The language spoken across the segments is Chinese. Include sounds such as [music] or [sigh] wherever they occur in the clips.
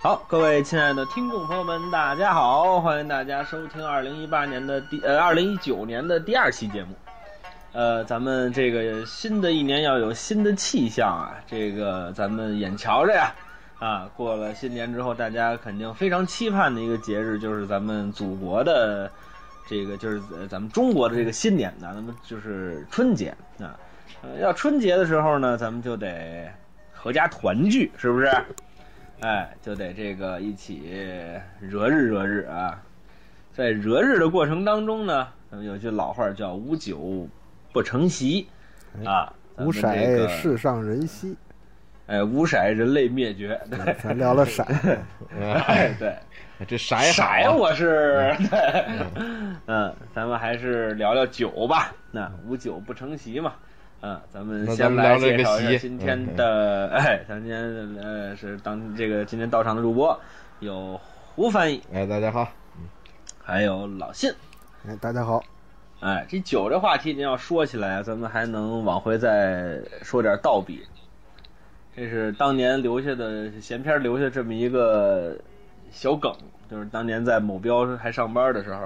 好，各位亲爱的听众朋友们，大家好，欢迎大家收听二零一八年的第呃二零一九年的第二期节目。呃，咱们这个新的一年要有新的气象啊，这个咱们眼瞧着呀，啊，过了新年之后，大家肯定非常期盼的一个节日就是咱们祖国的这个就是呃咱们中国的这个新年啊，咱们就是春节啊。呃，要春节的时候呢，咱们就得合家团聚，是不是？ [laughs] 哎，就得这个一起惹日惹日啊。在惹日的过程当中呢，咱们有句老话叫“无酒不成席”，啊，咱五们这色个世上人 [laughs] 稀，哎，五色人类灭绝， [laughs] 对，咱聊了 [laughs] 色，哎，对， [laughs] 这色色好啊我是， [laughs] 嗯，咱们还是聊聊酒吧，那无酒不成席嘛。嗯，咱们那咱先们来聊这介个绍一下席今嗯天的，哎，咱今天呃是当这个今天到场的主播有胡翻译，哎，大家好，还有老信。哎，大家好，哎，这酒这话题您要说起来，咱们还能往回再说点道比。这是当年留下的闲篇儿留下这么一个小梗，就是当年在某标还上班的时候，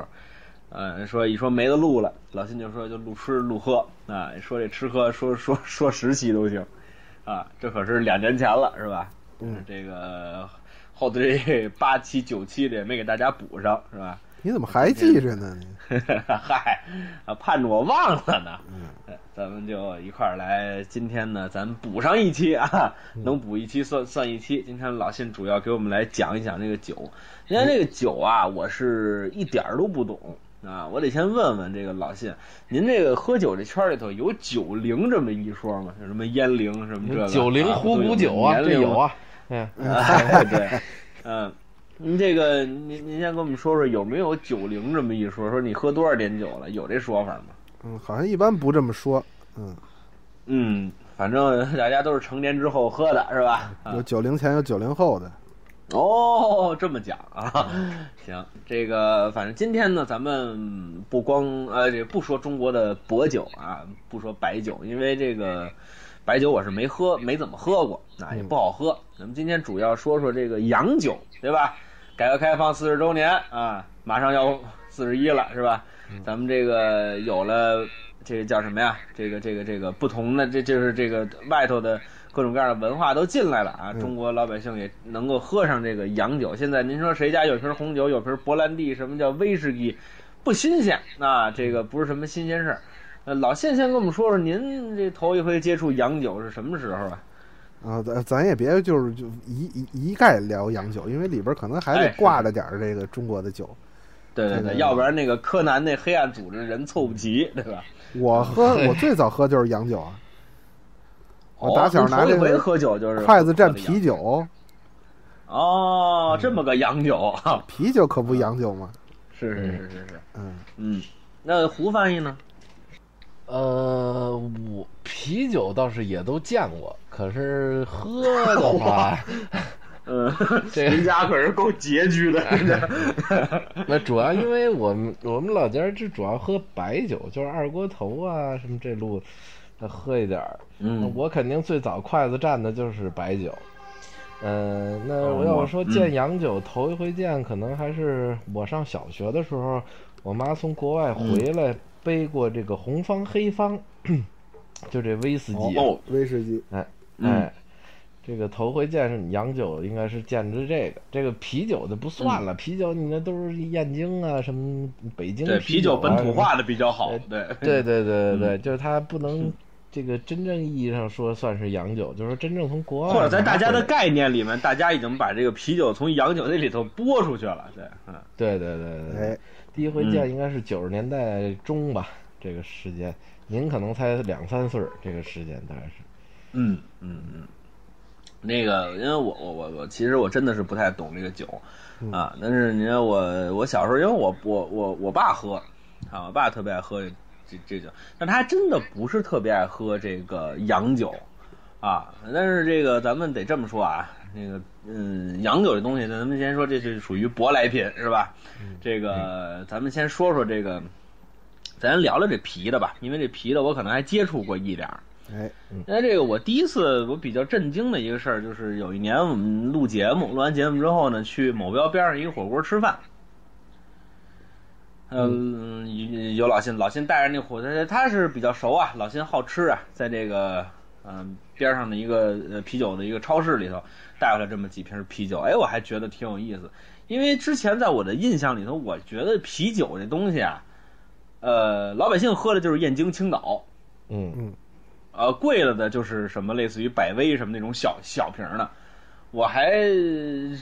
呃，说一说没得录了，老辛就说就录吃录喝啊，说这吃喝说说说十期都行啊，这可是两年前了，是吧？嗯，这个后头这八期九期的也没给大家补上，是吧？ [laughs] 你怎么还记着呢？你嗨，啊，盼着我忘了呢。嗯，咱们就一块儿来。今天呢，咱补上一期啊，嗯能补一期算算一期。今天老信主要给我们来讲一讲这个酒。今天这个酒啊，我是一点儿都不懂啊，我得先问问这个老信，您这个喝酒这圈儿里头有酒龄这么一说吗？有什么烟龄什么这个？九零啊虎对骨酒啊，年这龄有啊，嗯，哎， [laughs] 对，嗯，您这个您您先跟我们说说有没有酒龄这么一说？说你喝多少点酒了？有这说法吗？嗯，好像一般不这么说，嗯，嗯，反正大家都是成年之后喝的是吧？啊有九零前，有九零后的，哦，这么讲啊， [laughs] 行，这个反正今天呢，咱们不光呃这不说中国的薄酒啊，不说白酒，因为这个白酒我是没喝，没怎么喝过，啊也不好喝。咱们今天主要说说这个洋酒，对吧？改革开放四十周年啊，马上要四十一了，是吧？咱们这个有了这个叫什么呀？这个这个这个不同的，这就是这个外头的各种各样的文化都进来了啊。嗯中国老百姓也能够喝上这个洋酒。现在您说谁家有瓶红酒，有瓶勃兰地，什么叫威士忌，不新鲜啊，这个不是什么新鲜事儿。呃，老谢先跟我们说说，您这头一回接触洋酒是什么时候啊？啊，咱咱也别就是就一一一概聊洋酒，因为里边可能还哎得是挂着点儿这个中国的酒。对对这对，个要不然那个柯南那黑暗组织人凑不齐，对吧？我嗯 [laughs] 喝，我最早喝就是洋酒啊，我哦打小拿头一这回个喝酒 [laughs] 就是筷子蘸喝的洋啤酒，哦，这么个洋酒，啤酒可嗯不洋酒嘛， [laughs] 是是是是是，嗯，嗯，那胡翻译呢？呃，我啤酒倒是也都见过，可是喝的话， [laughs] 嗯， [laughs] 这您家可是够拮据的，那主要因为我们我们老家这主要喝白酒，就是二锅头啊什么这路，那喝一点儿。嗯，我肯定最早筷子蘸的就是白酒。嗯、那哦我要说嗯见洋酒，头一回见，可能还是我上小学的时候，我妈从国外嗯回来背过这个红方、黑方， [coughs] 就这威士忌。哦，威士忌，哎，嗯哎，这个头回见是洋酒，应该是见着这个。这个啤酒的不算嗯了，啤酒你那都是燕京啊，什么北京对，啤酒啊本什土么化的比较好，对，对对对对对，嗯就是它不能这个真正意义上说算是洋酒，就是说真正从国外或者在大家拿回的来概念里面，大家已经把这个啤酒从洋酒那里头拨出去了，对，嗯，对对对对，哎对，第一回见应该是九十年代中吧，这个时间，您可能才两三岁儿，这个时间大概是嗯，嗯嗯，那个，因为我我我我，其实我真的是不太懂这个酒啊。但是你看我我小时候，因为我我我我爸喝啊，我爸特别爱喝这这这酒，但他还真的不是特别爱喝这个洋酒啊。但是这个咱们得这么说啊，那个嗯，洋酒这东西，咱们先说这是属于舶来品是吧？这个咱们先说说这个，咱聊聊这啤的吧，因为这啤的我可能还接触过一点儿。哎，那这个我第一次我比较震惊的一个事儿，就是有一年我们录节目，录完节目之后呢，去某标边上一个火锅吃饭。嗯，有有老辛，老辛带着那火，他他是比较熟啊，老辛好吃啊，在这个嗯、边上的一个呃啤酒的一个超市里头带回来这么几瓶啤酒，哎，我还觉得挺有意思，因为之前在我的印象里头，我觉得啤酒这东西啊，呃，老百姓喝的就是燕京、青岛，嗯呃，贵了的就是什么类似于百威什么那种小小瓶儿的，我还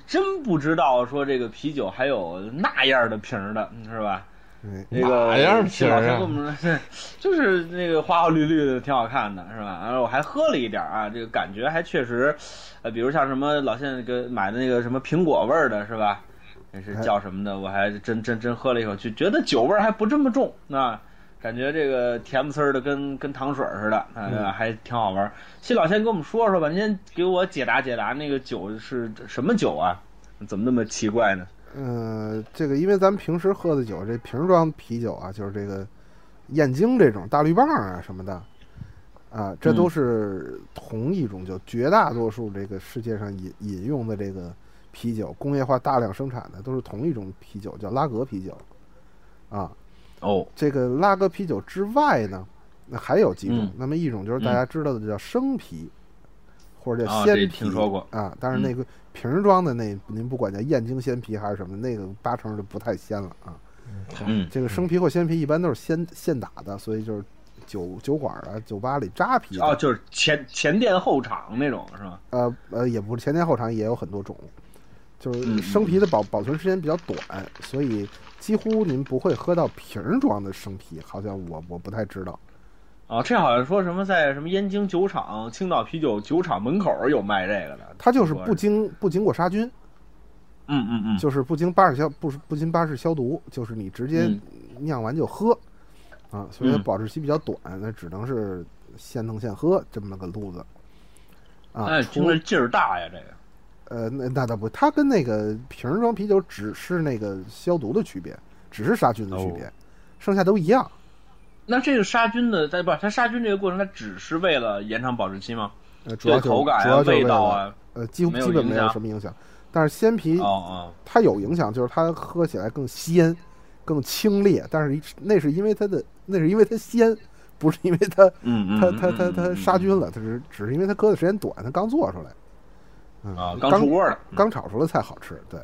真不知道说这个啤酒还有那样的瓶儿的，嗯是吧？哎，那个哪样瓶儿啊老师跟我们说， [laughs] 就是那个花花绿绿的，挺好看的，是吧？然后我还喝了一点儿啊，这个感觉还确实，呃，比如像什么老现在给买的那个什么苹果味儿的，是吧？那哎是叫什么的？我还真真真喝了一口，就觉得酒味儿还不这么重，啊，感觉这个甜不呲儿的跟，跟糖水儿似的，啊、嗯还挺好玩儿。谢老先跟我们说说吧，您先给我解答解答那个酒是什么酒啊？怎么那么奇怪呢？呃，这个因为咱们平时喝的酒，这瓶装啤酒啊，就是这个燕京这种大绿棒啊什么的，啊，这都是同一种酒，绝大多数这个世界上饮饮用的这个啤酒，工业化大量生产的都是同一种啤酒，叫拉格啤酒，啊，哦，这个拉格啤酒之外呢，那还有几种，嗯那么一种就是大家知道的叫生啤，或者啊叫鲜这啤，听说过嗯啊但是那个瓶装的那，您不管叫燕京鲜啤还是什么，那个八成就不太鲜了啊。嗯这个生啤或鲜啤一般都是鲜现打的，所以就是酒酒馆啊、酒吧里扎啤的哦，就是前前店后厂那种是吧？呃呃，也不是前店后厂也有很多种，就嗯是生啤的保保存时间比较短，所以几乎您不会喝到瓶儿装的生啤，好像我我不太知道。哦，这好像说什么在什么燕京酒厂、青岛啤酒酒厂门口有卖这个的。它就是听不说经不经过杀菌，嗯嗯嗯，就是不经巴氏消不是不经巴氏消毒，就是你直接嗯酿完就喝，啊，所以它嗯保质期比较短，那只能是现弄现喝这么个路子。啊，哎，除听着劲儿大呀，这个。呃，那那倒不，它跟那个瓶装啤酒只是那个消毒的区别，只是杀菌的哦区别，剩下都一样。那这个杀菌的，它不，它杀菌这个过程，它只是为了延长保质期吗？呃，主要对就是口感主啊、要就是味为道了，啊。呃，几乎没有基本影没有响什么影响。但是鲜啤哦哦，它有影响，就是它喝起来更鲜、更清冽，但是一那是因为它的那是因为它鲜，不是因为它嗯嗯，它嗯它它嗯它嗯杀菌了，它只只是因为它搁的时间短，它刚做出来，嗯啊，刚刚出锅的，嗯刚炒出来才好吃。对，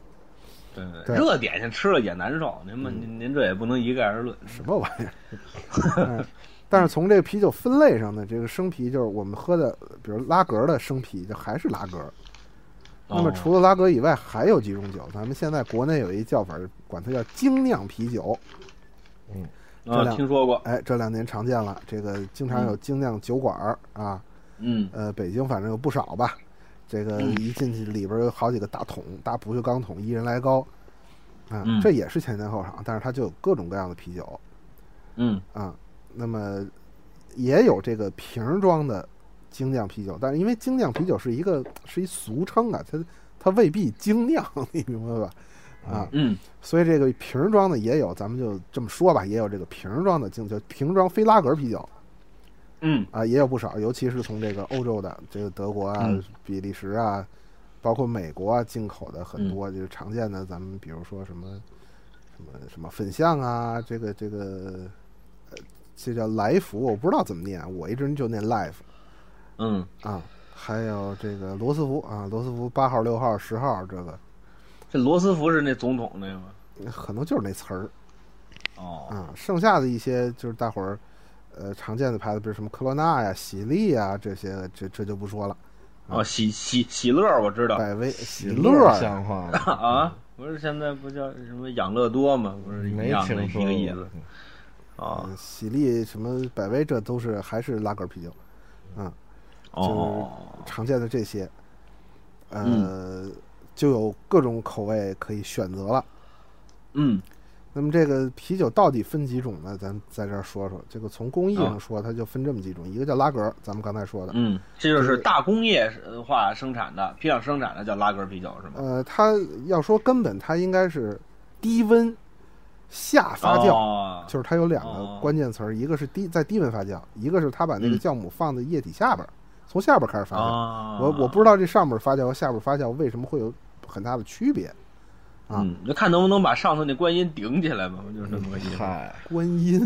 对对对嗯热点心吃了也难受，您们您您这也不能一概而论。什么玩意儿？嗯但是从这个啤酒分类上呢，这个生啤就是我们喝的，比如拉格的生啤，就还是拉格。那么哦除了拉格以外，还有几种酒，咱们现在国内有一叫法，管它叫精酿啤酒。这啊，两听说过，哎，这两年常见了，这个经常有精酿酒馆儿啊，嗯呃，北京反正有不少吧。这个嗯一进去里边有好几个大桶，大不锈钢桶，一人来高，啊，嗯这也是前店后厂，但是它就有各种各样的啤酒嗯啊。那么也有这个瓶装的精酿啤酒，但是因为精酿啤酒是一个是一俗称啊，它它未必精酿， [laughs] 你明白吧？啊，嗯，所以这个瓶装的也有，咱们就这么说吧，也有这个瓶装的精，就瓶装非拉格啤酒嗯啊，也有不少，尤其是从这个欧洲的，这个德国啊、嗯比利时啊，包括美国啊进口的很多，就是常见的，咱们比如说什么什么什么粉象啊，这个这个，呃，这叫来福，我不知道怎么念，啊我一直就念 life 嗯，啊，还有这个罗斯福啊，罗斯福八号、六号、十号，这个这罗斯福是那总统那个吗？可能就是那词儿。哦，啊，剩下的一些就是大伙儿呃常见的牌子，比如什么科罗娜呀、喜力呀这些，这这就不说了。哦，喜喜喜乐我知道百威、啊喜乐乐儿呀，像话吗？ [laughs] 啊，不是现在不叫什么养乐多吗？不是一没样的听一说个意思。过啊嗯喜力什么百威，这都是还是拉格啤酒哦，常见的这些，呃，就有各种口味可以选择了。嗯那么这个啤酒到底分几种呢？咱在这儿说说，这个从工艺上说，它就分这么几种，一个叫拉格，咱们刚才说的，啊嗯，这就是大工业化生产的、批量生产呃的叫拉格啤酒是吗？呃，它要说根本，它应该是低温下发酵，哦就是它有两个哦嗯关键词儿，一个是低在低温发酵，一个是它把那个酵母放在液体下边儿，从下边儿开始发酵。啊，我我不知道这上边儿发酵和下边儿发酵为什么会有很大的区别。啊嗯，就看能不能把上头那观音顶起来吧，我就是这么个意思。嗨，观音，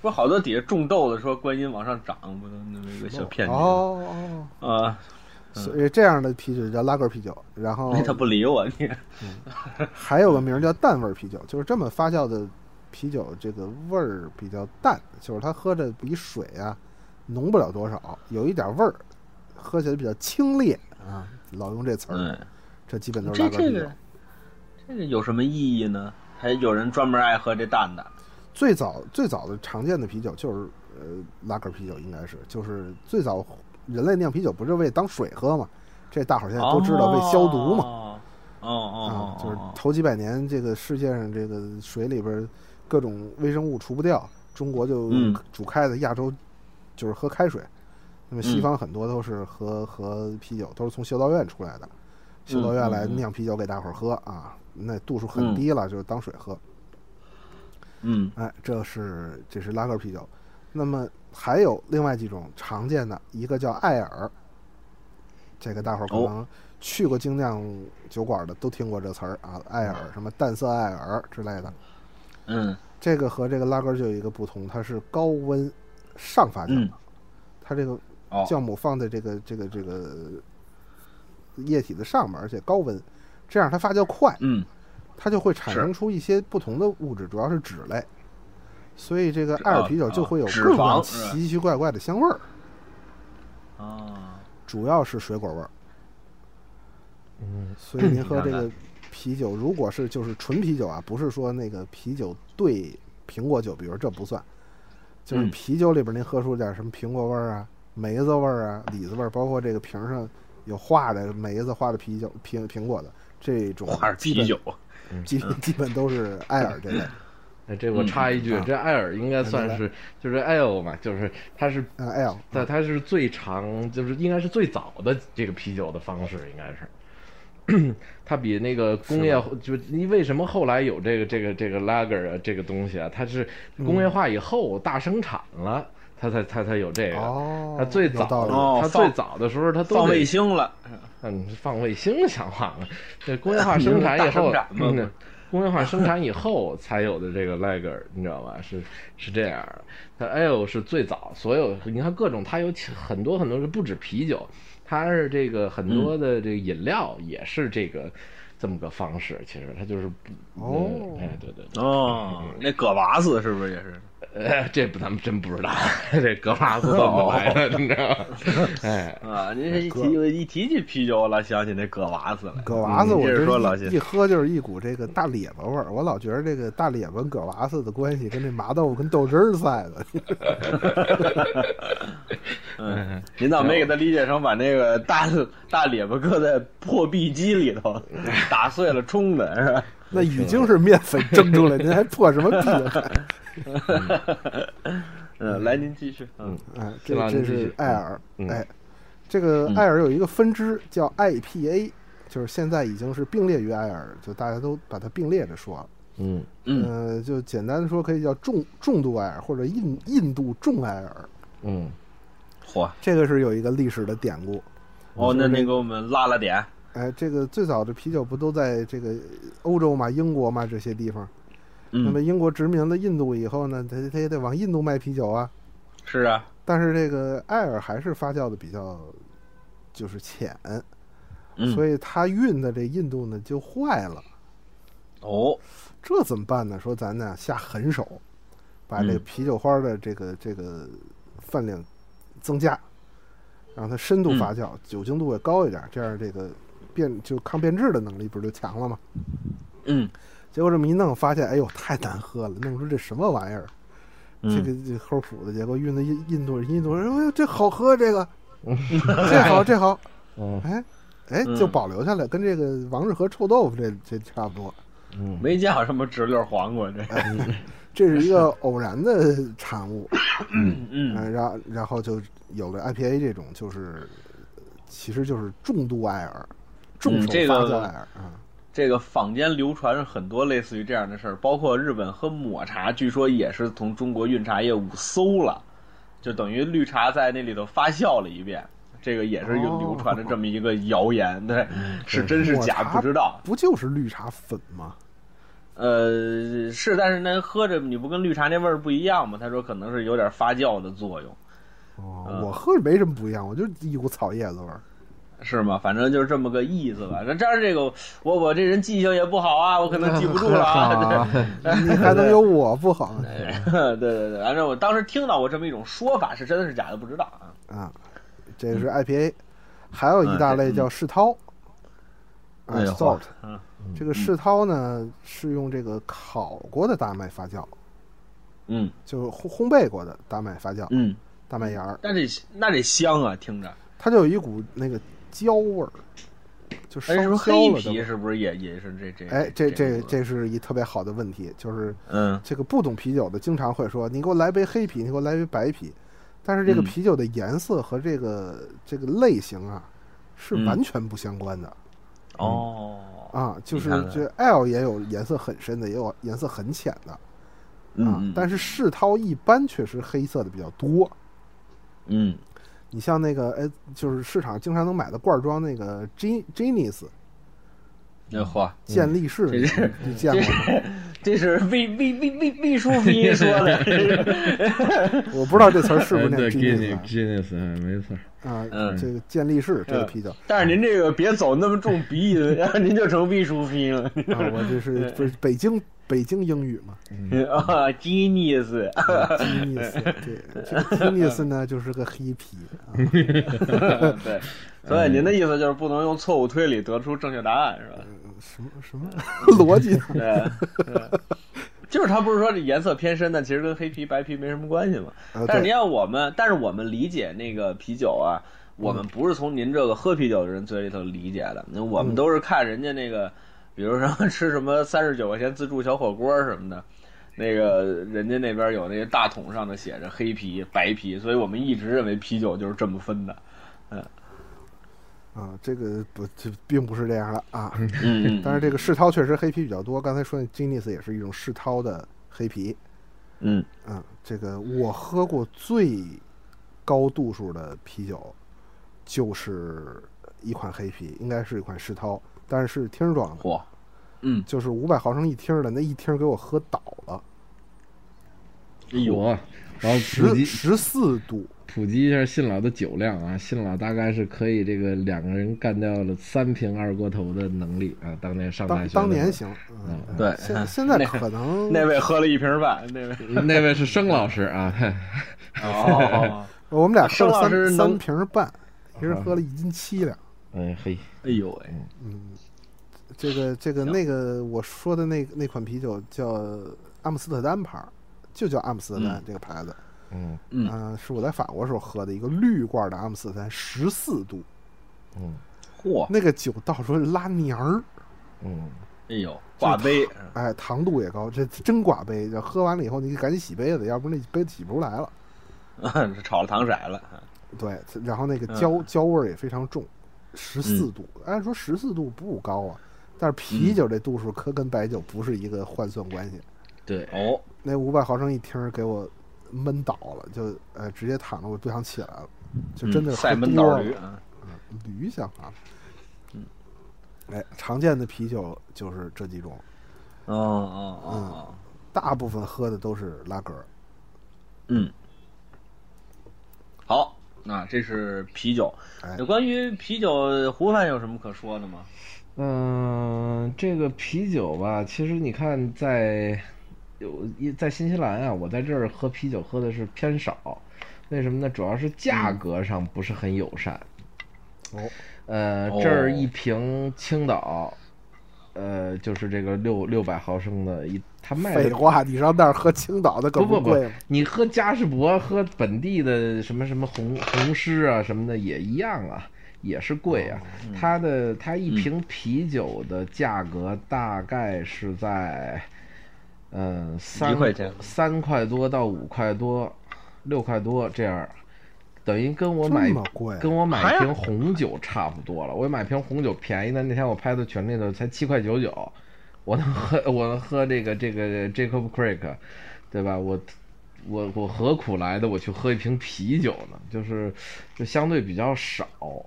不是好多底下种豆子说观音往上涨，不都那么一个小骗局吗哦哦，啊？所以这样的啤酒叫拉格啤酒，然后 [laughs] 那他不理我，你还有个名儿叫淡味儿啤酒，就是这么发酵的啤酒，这个味儿比较淡，就是它喝着比水啊浓不了多少，有一点味儿，喝起来比较清冽啊。老用这词儿，嗯，这基本都是这拉格这啤酒个。这个有什么意义呢？还有人专门爱喝这淡的，最早最早的常见的啤酒就是呃拉格啤酒，应该是就是最早人类酿啤酒不是为当水喝嘛？这大伙儿现在都知道为消毒嘛。嘛。哦哦啊，哦，就是哦头几百年这个世界上这个水里边儿各种微生物除不掉，中国就嗯煮开的，亚洲就是喝开水。那么西嗯方很多都是喝喝啤酒，都是从修道院出来的，修道院嗯来嗯嗯酿啤酒给大伙儿喝啊，那度数很低了，就是当水喝。嗯哎，这是这是拉格啤酒。那么还有另外几种常见的，一个叫艾尔，这个大伙儿可哦能去过精酿酒馆的都听过这词儿啊，艾尔什么淡色艾尔之类的。嗯这个和这个拉格就有一个不同，它是高温上发酵，嗯，它这个哦酵母放在这个这个这个液体的上面，而且高温，这样它发酵快。嗯它就会产生出一些不同的物质，主要是脂类，所以这个艾尔啤酒就会有啊各脂肪种是吧奇奇怪怪的香味儿，啊，主要是水果味儿。嗯，所以 [clears throat] 您喝这你看个看啤酒，如果是就是纯啤酒啊，不是说那个啤酒兑苹果酒，比如这不算，就是嗯啤酒里边您喝出点什么苹果味儿啊、梅子味儿啊、李子味儿，包括这个瓶儿上有画的梅子、画的啤酒、苹苹果的这种花儿基本啤酒，基基本都是艾尔这类。哎，这我插一句，嗯这艾尔应该算是，就是艾欧嘛，就是它是，嗯，L 它它是最长，就是应该是最早的这个啤酒的方式，应该是。 [clears throat] 它比那个工业，就你为什么后来有这个这个这个 lager 啊这个东西啊？它是嗯工业化以后大生产了，它才它才有这个。哦，它最有道早理哦的，它放最早的时候，它都放得卫星了，嗯，放卫星想法了。这工业化生产以后，大生产嘛嗯，工业化生产以后才有的这个 lager，你知道吧？是是这样的。它 ale 是最早，所有你看各种，它有起很多很多是不止啤酒，它是这个很多的这个饮料也是这个这么个方式。其实它就是不哦嗯哎，对对对，哦，那葛娃子是不是也是？呃，这不咱们真不知道，这格拉斯怎么来的，你知道吧？哎，啊，您这一提就一提起啤酒，我老想起那葛娃子来。葛娃子，嗯我接着这说一老谢一喝就是一股这个大咧巴味儿，我老觉得这个大咧巴跟葛娃子的关系跟这麻豆腐跟豆汁儿似的。 [laughs] 嗯，您倒没给他理解成把那个大大咧巴搁在破壁机里 [laughs] 头，打碎了冲的是吧？那已经是面粉蒸出来，您还破什么壁啊？ [laughs] 嗯，来您继续。嗯哎，是吧这这您继续是艾尔，嗯哎，这个艾尔有一个分支叫 IPA，就是现在已经是并列于艾尔，就大家都把它并列着说了。嗯嗯呃，就简单的说，可以叫重重度艾尔或者印印度重艾尔，嗯，嚯，这个是有一个历史的典故。哦，那您给我们拉拉点。哎，这个最早的啤酒不都在这个欧洲嘛、英国嘛这些地方？那么嗯，英国殖民了印度以后呢，他他也得往印度卖啤酒啊。是啊，但是这个艾尔还是发酵的比较就是浅，嗯，所以它运的这印度呢就坏了。哦，这怎么办呢？说咱呢下狠手，把这个嗯啤酒花的这个这个分量增加，让它深嗯度发酵，酒精度也高一点，这样这个变就抗变质的能力不是就强了吗？嗯，结果这么一弄，发现哎呦太难喝了，弄出这什么玩意儿？嗯这个这齁苦的，结果运到印印度人，印度人说哎呦这好喝，这个 [laughs] 这好这好，嗯哎哎嗯就保留下来，跟这个王致和臭豆腐这这差不多。嗯，没见过什么直溜黄瓜这。哎这是 [laughs] 一个偶然的产物，嗯嗯嗯，然后然后就有了 IPA 这种，就是其实就是重度艾尔，重嗯手这发个酵艾尔啊，这个坊间流传很多类似于这样的事儿，包括日本喝抹茶，据说也是从中国运茶业武搜了，就等于绿茶在那里头发酵了一遍。这个也是有哦流传的这么一个谣言，对，是真是假抹茶不知道。不就是绿茶粉吗？呃，是，但是那喝着你不跟绿茶那味儿不一样吗？他说可能是有点发酵的作用，哦嗯，我喝着没什么不一样，我就一股草叶子味儿。是吗？反正就是这么个意思吧。那这样这个我我这人记性也不好啊，我可能记不住了 [laughs] 啊。你还能有我不好 [laughs] 对 [laughs] 对对对，反正我当时听到过这么一种说法，是真的是假的不知道啊。啊？这个是 IPA，还有一大类叫世涛，啊嗯哎哎呦，salt 嗯。这个世涛呢是用这个烤过的大麦发酵，嗯就是烘烘焙过的大麦发酵，嗯，大麦芽儿，但这那这香啊，听着。它就有一股那个焦味儿，就烧哎，是不是焦黑了的味啤儿。是不是也也是这这？哎，这这这个，这是一特别好的问题，就是嗯这个不懂啤酒的经常会说，你给我来杯黑啤，你给我来杯白啤，但是这个嗯啤酒的颜色和这个这个类型啊，是嗯完全不相关的。哦，啊，就你是看看这 L 也有颜色很深的，也有颜色很浅的啊。嗯，但是世涛一般确实黑色的比较多。嗯你像那个哎，就是市场经常能买的罐装那个 Gen Genius 那嚯，健力士，嗯这是你你见过吗？这是魏魏魏魏魏 [laughs] 淑芬说的， [laughs] 我不知道这词儿是不是念对 Genius ，Guinness 啊 Guinness，哎没错儿，啊？嗯这个健力士这个啤酒啊，但是您这个别走那么重鼻音，然后您就成魏淑芬了。 [laughs] [laughs] 啊我这是不是北京北京英语嘛啊，genius， ？Genius 对，这个 Genius 呢就是个黑啤啊。 [laughs] 对，嗯所以您的意思就是不能用错误推理得出正确答案，是吧？什么什么逻辑呢？对，对就是他不是说这颜色偏深，但其实跟黑啤白啤没什么关系嘛。啊但是你对，看我们，但是我们理解那个啤酒啊，我嗯们不是从您这个喝啤酒的人嘴里头理解的，那我们嗯都是看人家那个，比如说 [laughs] 吃什么三十九块钱自助小火锅什么的。那个人家那边有那个大桶上头写着黑啤、白啤，所以我们一直认为啤酒就是这么分的。啊，这个不，这并不是这样的啊。嗯，但是这个世涛确实黑啤比较多，刚才说那 Genius 也是一种世涛的黑啤。嗯啊，这个我喝过最高度数的啤酒，就是一款黑啤，应该是一款世涛，但是是听儿装的，嚯，嗯，就是五百毫升一听儿的，那一听儿给我喝倒了，哎呦，我啊然后普啊十及十四度。普及一下信老的酒量啊，信老大概是可以这个两个人干掉了三瓶二锅头的能力啊，当年上当大学的时候当年行，嗯，嗯对现现在可能那位喝了一瓶半，那位那位是生老师啊，哦，我们俩喝盛老了师三三能瓶儿半，一人喝了一斤七两。嗯嘿， [laughs] 哎呦喂，嗯，[laughs] 这个这个行那个我说的那那款啤酒叫阿姆斯特丹牌儿，就叫阿姆斯特丹、这个牌子。嗯嗯呃是我在法国时候喝的一个绿罐的阿姆斯特丹，十四度，嗯嚯，那个酒到时候拉黏儿，嗯，哎呦，挂杯，哎，糖度也高，这真挂杯。这喝完了以后，你赶紧洗杯子，要不然那杯子洗不出来了。嗯炒了糖色了，嗯对，然后那个焦、焦味儿也非常重，十嗯四度，按说十四度不高啊，但是啤酒这度数可跟白酒不是一个换算关系。对，哦，那五百毫升一听儿给我闷倒了，就呃直接躺着，我不想起来了，就真的嗯是塞喝门多倒了。驴啊，驴想啊，嗯，哎，常见的啤酒就是这几种，哦哦哦嗯哦，大部分喝的都是拉格儿。嗯，好，那这是啤酒。哎那关于啤酒，胡范有什么可说的吗？嗯，这个啤酒吧，其实你看在有一在新西兰啊，我在这儿喝啤酒喝的是偏少，为什么呢？主要是价格上不是很友善。嗯哦，呃，哦这儿一瓶青岛，呃，就是这个六六百毫升的一，它卖废的话，你上那儿喝青岛的可不不不贵吗？，你喝嘉士伯、喝本地的什么什么红红狮啊什么的也一样啊，也是贵哦啊。嗯它的它一瓶啤酒的价格大概是在，嗯，三一块钱三块多到五块多，六块多这样。等于跟我这买么贵，跟我哎买呀一瓶红酒差不多了。我买瓶红酒便宜的，那天我拍的全那个才七块九九，我能喝 [laughs] 我能喝这个这个 Jacob Creek，对吧？我我我何苦来的？我去喝一瓶啤酒呢？就是就相对比较少。哦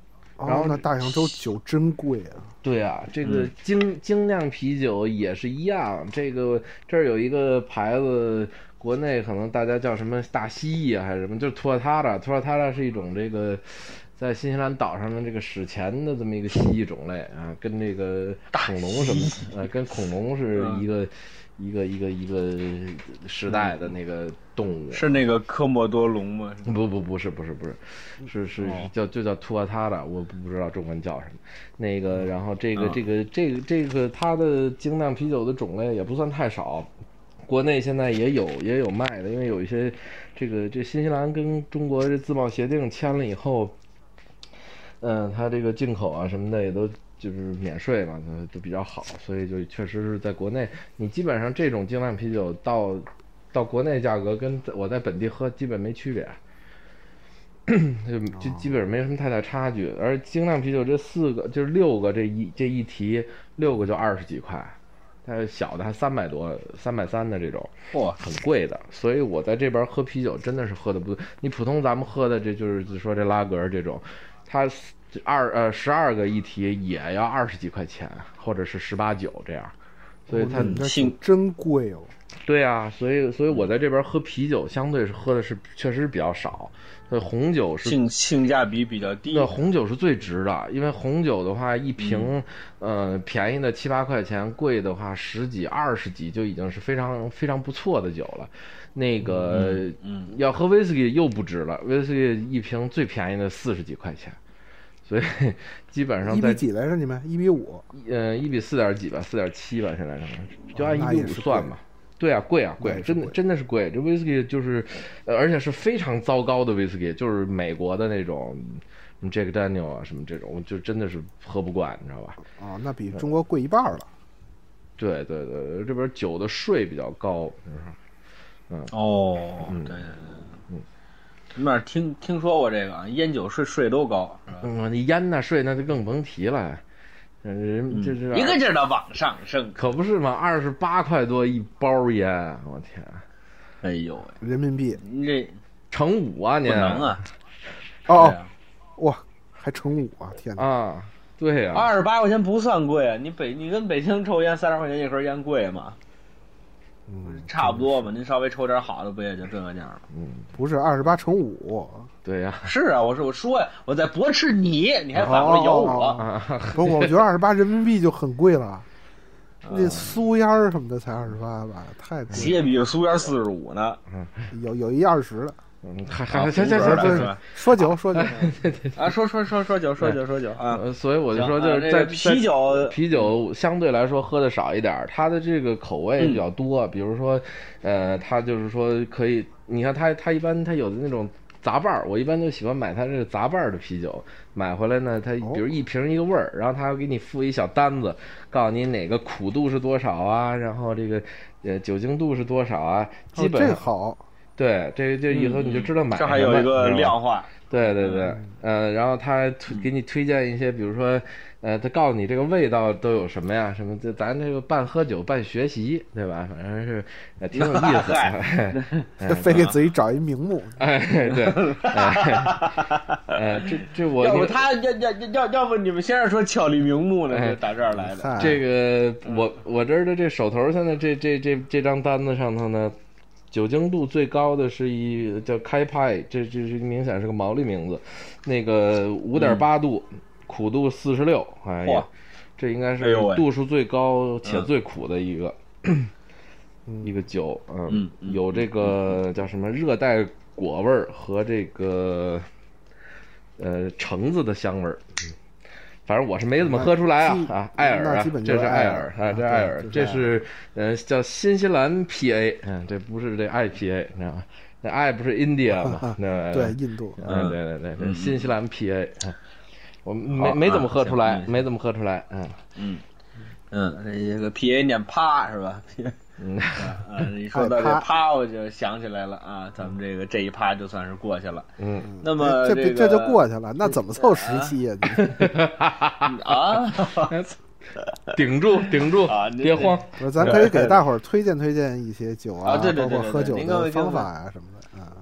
然后那大洋洲酒真贵啊！对啊，这个嗯精精酿啤酒也是一样。这个这儿有一个牌子，国内可能大家叫什么大蜥蜴啊，还是什么，就是托尔塔拉。托尔塔拉是一种这个在新西兰岛上的这个史前的这么一个蜥蜴种类啊，跟这个恐龙什么的，呃，跟恐龙是嗯一个、一个一个一个时代的那个动物。是那个科莫多龙吗？不不不是不是不是，是是哦是叫就叫图瓦塔的，我不知道中文叫什么。那个，然后这个嗯这个这个这个它的精酿啤酒的种类也不算太少，国内现在也有也有卖的，因为有一些这个这新西兰跟中国这自贸协定签了以后，嗯，它这个进口啊什么的也都就是免税嘛，都都比较好，所以就确实是在国内，你基本上这种精酿啤酒到到国内价格跟我在本地喝基本没区别。就就基本上没什么太大差距，而精酿啤酒这四个就是六个这一这一提六个就二十几块，但是小的还三百多三百三的这种，嚯，很贵的，所以我在这边喝啤酒真的是喝的不，你普通咱们喝的这就是就说这拉格儿这种，它四二呃十二个一提也要二十几块钱，或者是十八九这样，所以它、你这酒信真贵哦。对啊，所以所以我在这边喝啤酒相对是喝的是确实是比较少，所以红酒是性性价比比较低。那红酒是最值的，因为红酒的话，一瓶，嗯呃，便宜的七八块钱，贵的话十几、二十几就已经是非常非常不错的酒了。那个，嗯要喝威士忌又不值了，威士忌一瓶最便宜的四十几块钱，所以基本上一比在几来着？你们一比五？呃一比四点几吧，四点七吧，现在可能就按哦那一比也五是算贵吧。对啊，贵啊，那也贵，是真的贵真的是贵。这威士忌就是，呃，而且是非常糟糕的威士忌，就是美国的那种什么 Jack Daniel 啊，什么这种，就真的是喝不惯，你知道吧？啊，那比中国贵一半儿了。对对对，这边酒的税比较高，就是哦，对对对，你们那儿听听说过这个啊？烟酒税税都高，是吧？嗯，你烟呐税那就更甭提了，呃嗯人这是一个劲儿的往上升。可不是嘛，二十八块多一包烟，我天，哎呦喂，人民币您这乘五啊不您能啊！哦对啊，哇，还乘五啊！天哪，啊，对呀、二十八块钱不算贵啊，你北你跟北京抽烟三十块钱一盒烟贵吗？嗯，差不多吧，您稍微抽点好的不也就这个价吗？不是二十八乘五，嗯对呀、是啊，我说我说呀，我在驳斥你，你还反过来咬哦我。啊，不是，我觉得二十八人民币就很贵了。那苏烟儿什么的才二十八吧，太贵了，斜比苏烟四十五呢，有有一二十的。嗯，还啊还行胡行说行的不对行是是吧，说酒说酒，哦啊，说说说说酒说酒说酒啊，呃，所以我就行说，啊就是这在、个啤酒在啤酒相对来说喝的少一点儿，它的这个口味比嗯较多，比如说，呃，它就是说可以，你看它它一般它有的那种杂瓣儿，我一般都喜欢买它这个杂瓣儿的啤酒，买回来呢，它哦比如一瓶一个味儿，然后它还给你附一小单子，告诉你哪个苦度是多少啊，然后这个呃酒精度是多少啊，基哦本这上、好，对这个就以后你就知道嗯这买什么、还有一个你知道吧量化，对对对，嗯呃，然后他推给你推荐一些，比如说，呃，他告诉你这个味道都有什么呀？什么？这咱这个半喝酒半学习，对吧？反正是呃挺有意 [laughs] 思的。非给自己找一名目。哎，对，哎呃，这这我要不那个他要要要要要不你们先生说巧立名目哎呢，就打这儿来的。嗨，这个我嗯我这儿的这手头现在这这这这张单子上头呢，酒精度最高的是一叫开派，这这这明显是个毛利名字，那个五点八度，苦度四十六，哎嚯呀，这应嗯该哎是呦喂嗯度数最高且最苦的一个。一个酒，嗯嗯有这个叫什么热带果味儿和这个呃橙子的香味儿，反正我是没怎么喝出来啊那啊，艾尔那啊基本，就这是是艾艾尔尔啊啊，这是艾尔对，这这是，是呃叫新西兰 PA，嗯，这不是这 IPA，你知道吗？那 I 不是 India [laughs] 嘛那对，印度嗯，对对对对，新西兰 PA，嗯我好没没怎啊么喝出行来嗯，没怎么喝出来，嗯，嗯，嗯，这个 P A 念啪是吧？嗯， [laughs] 啊，你说到这趴，我就想起来了啊，咱们这个这一趴就算是过去了。嗯，那么这这这就个过去了，那怎么凑十期呀？你 [laughs] 啊，顶住，顶住啊，你别慌。不是，咱可以给大伙儿推荐推荐一些酒啊对对包对括对喝对酒您给我的一个方法呀什么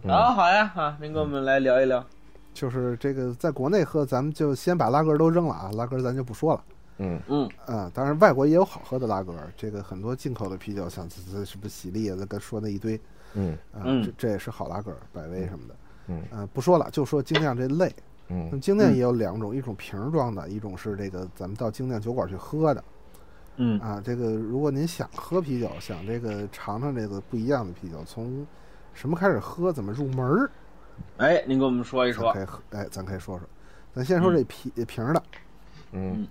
的啊。啊，好呀，啊，您跟我们来聊一聊。就是这个在国内喝，咱们就先把拉格都扔了啊，拉格咱就不说了。嗯，嗯，啊、当然外国也有好喝的拉格，这个很多进口的啤酒，像这这什么喜力啊，跟说那一堆嗯啊、嗯这这也是好拉格，百威什么的。嗯呃，不说了，就说精酿这类。那嗯么精酿也有两种，一种瓶装的，一种是这个咱们到精酿酒馆去喝的。嗯啊，这个如果您想喝啤酒，想这个尝尝这个不一样的啤酒，从什么开始喝，怎么入门儿，哎，您跟我们说一咱说可。以喝，哎，咱可以说说。咱先说这啤瓶儿的，嗯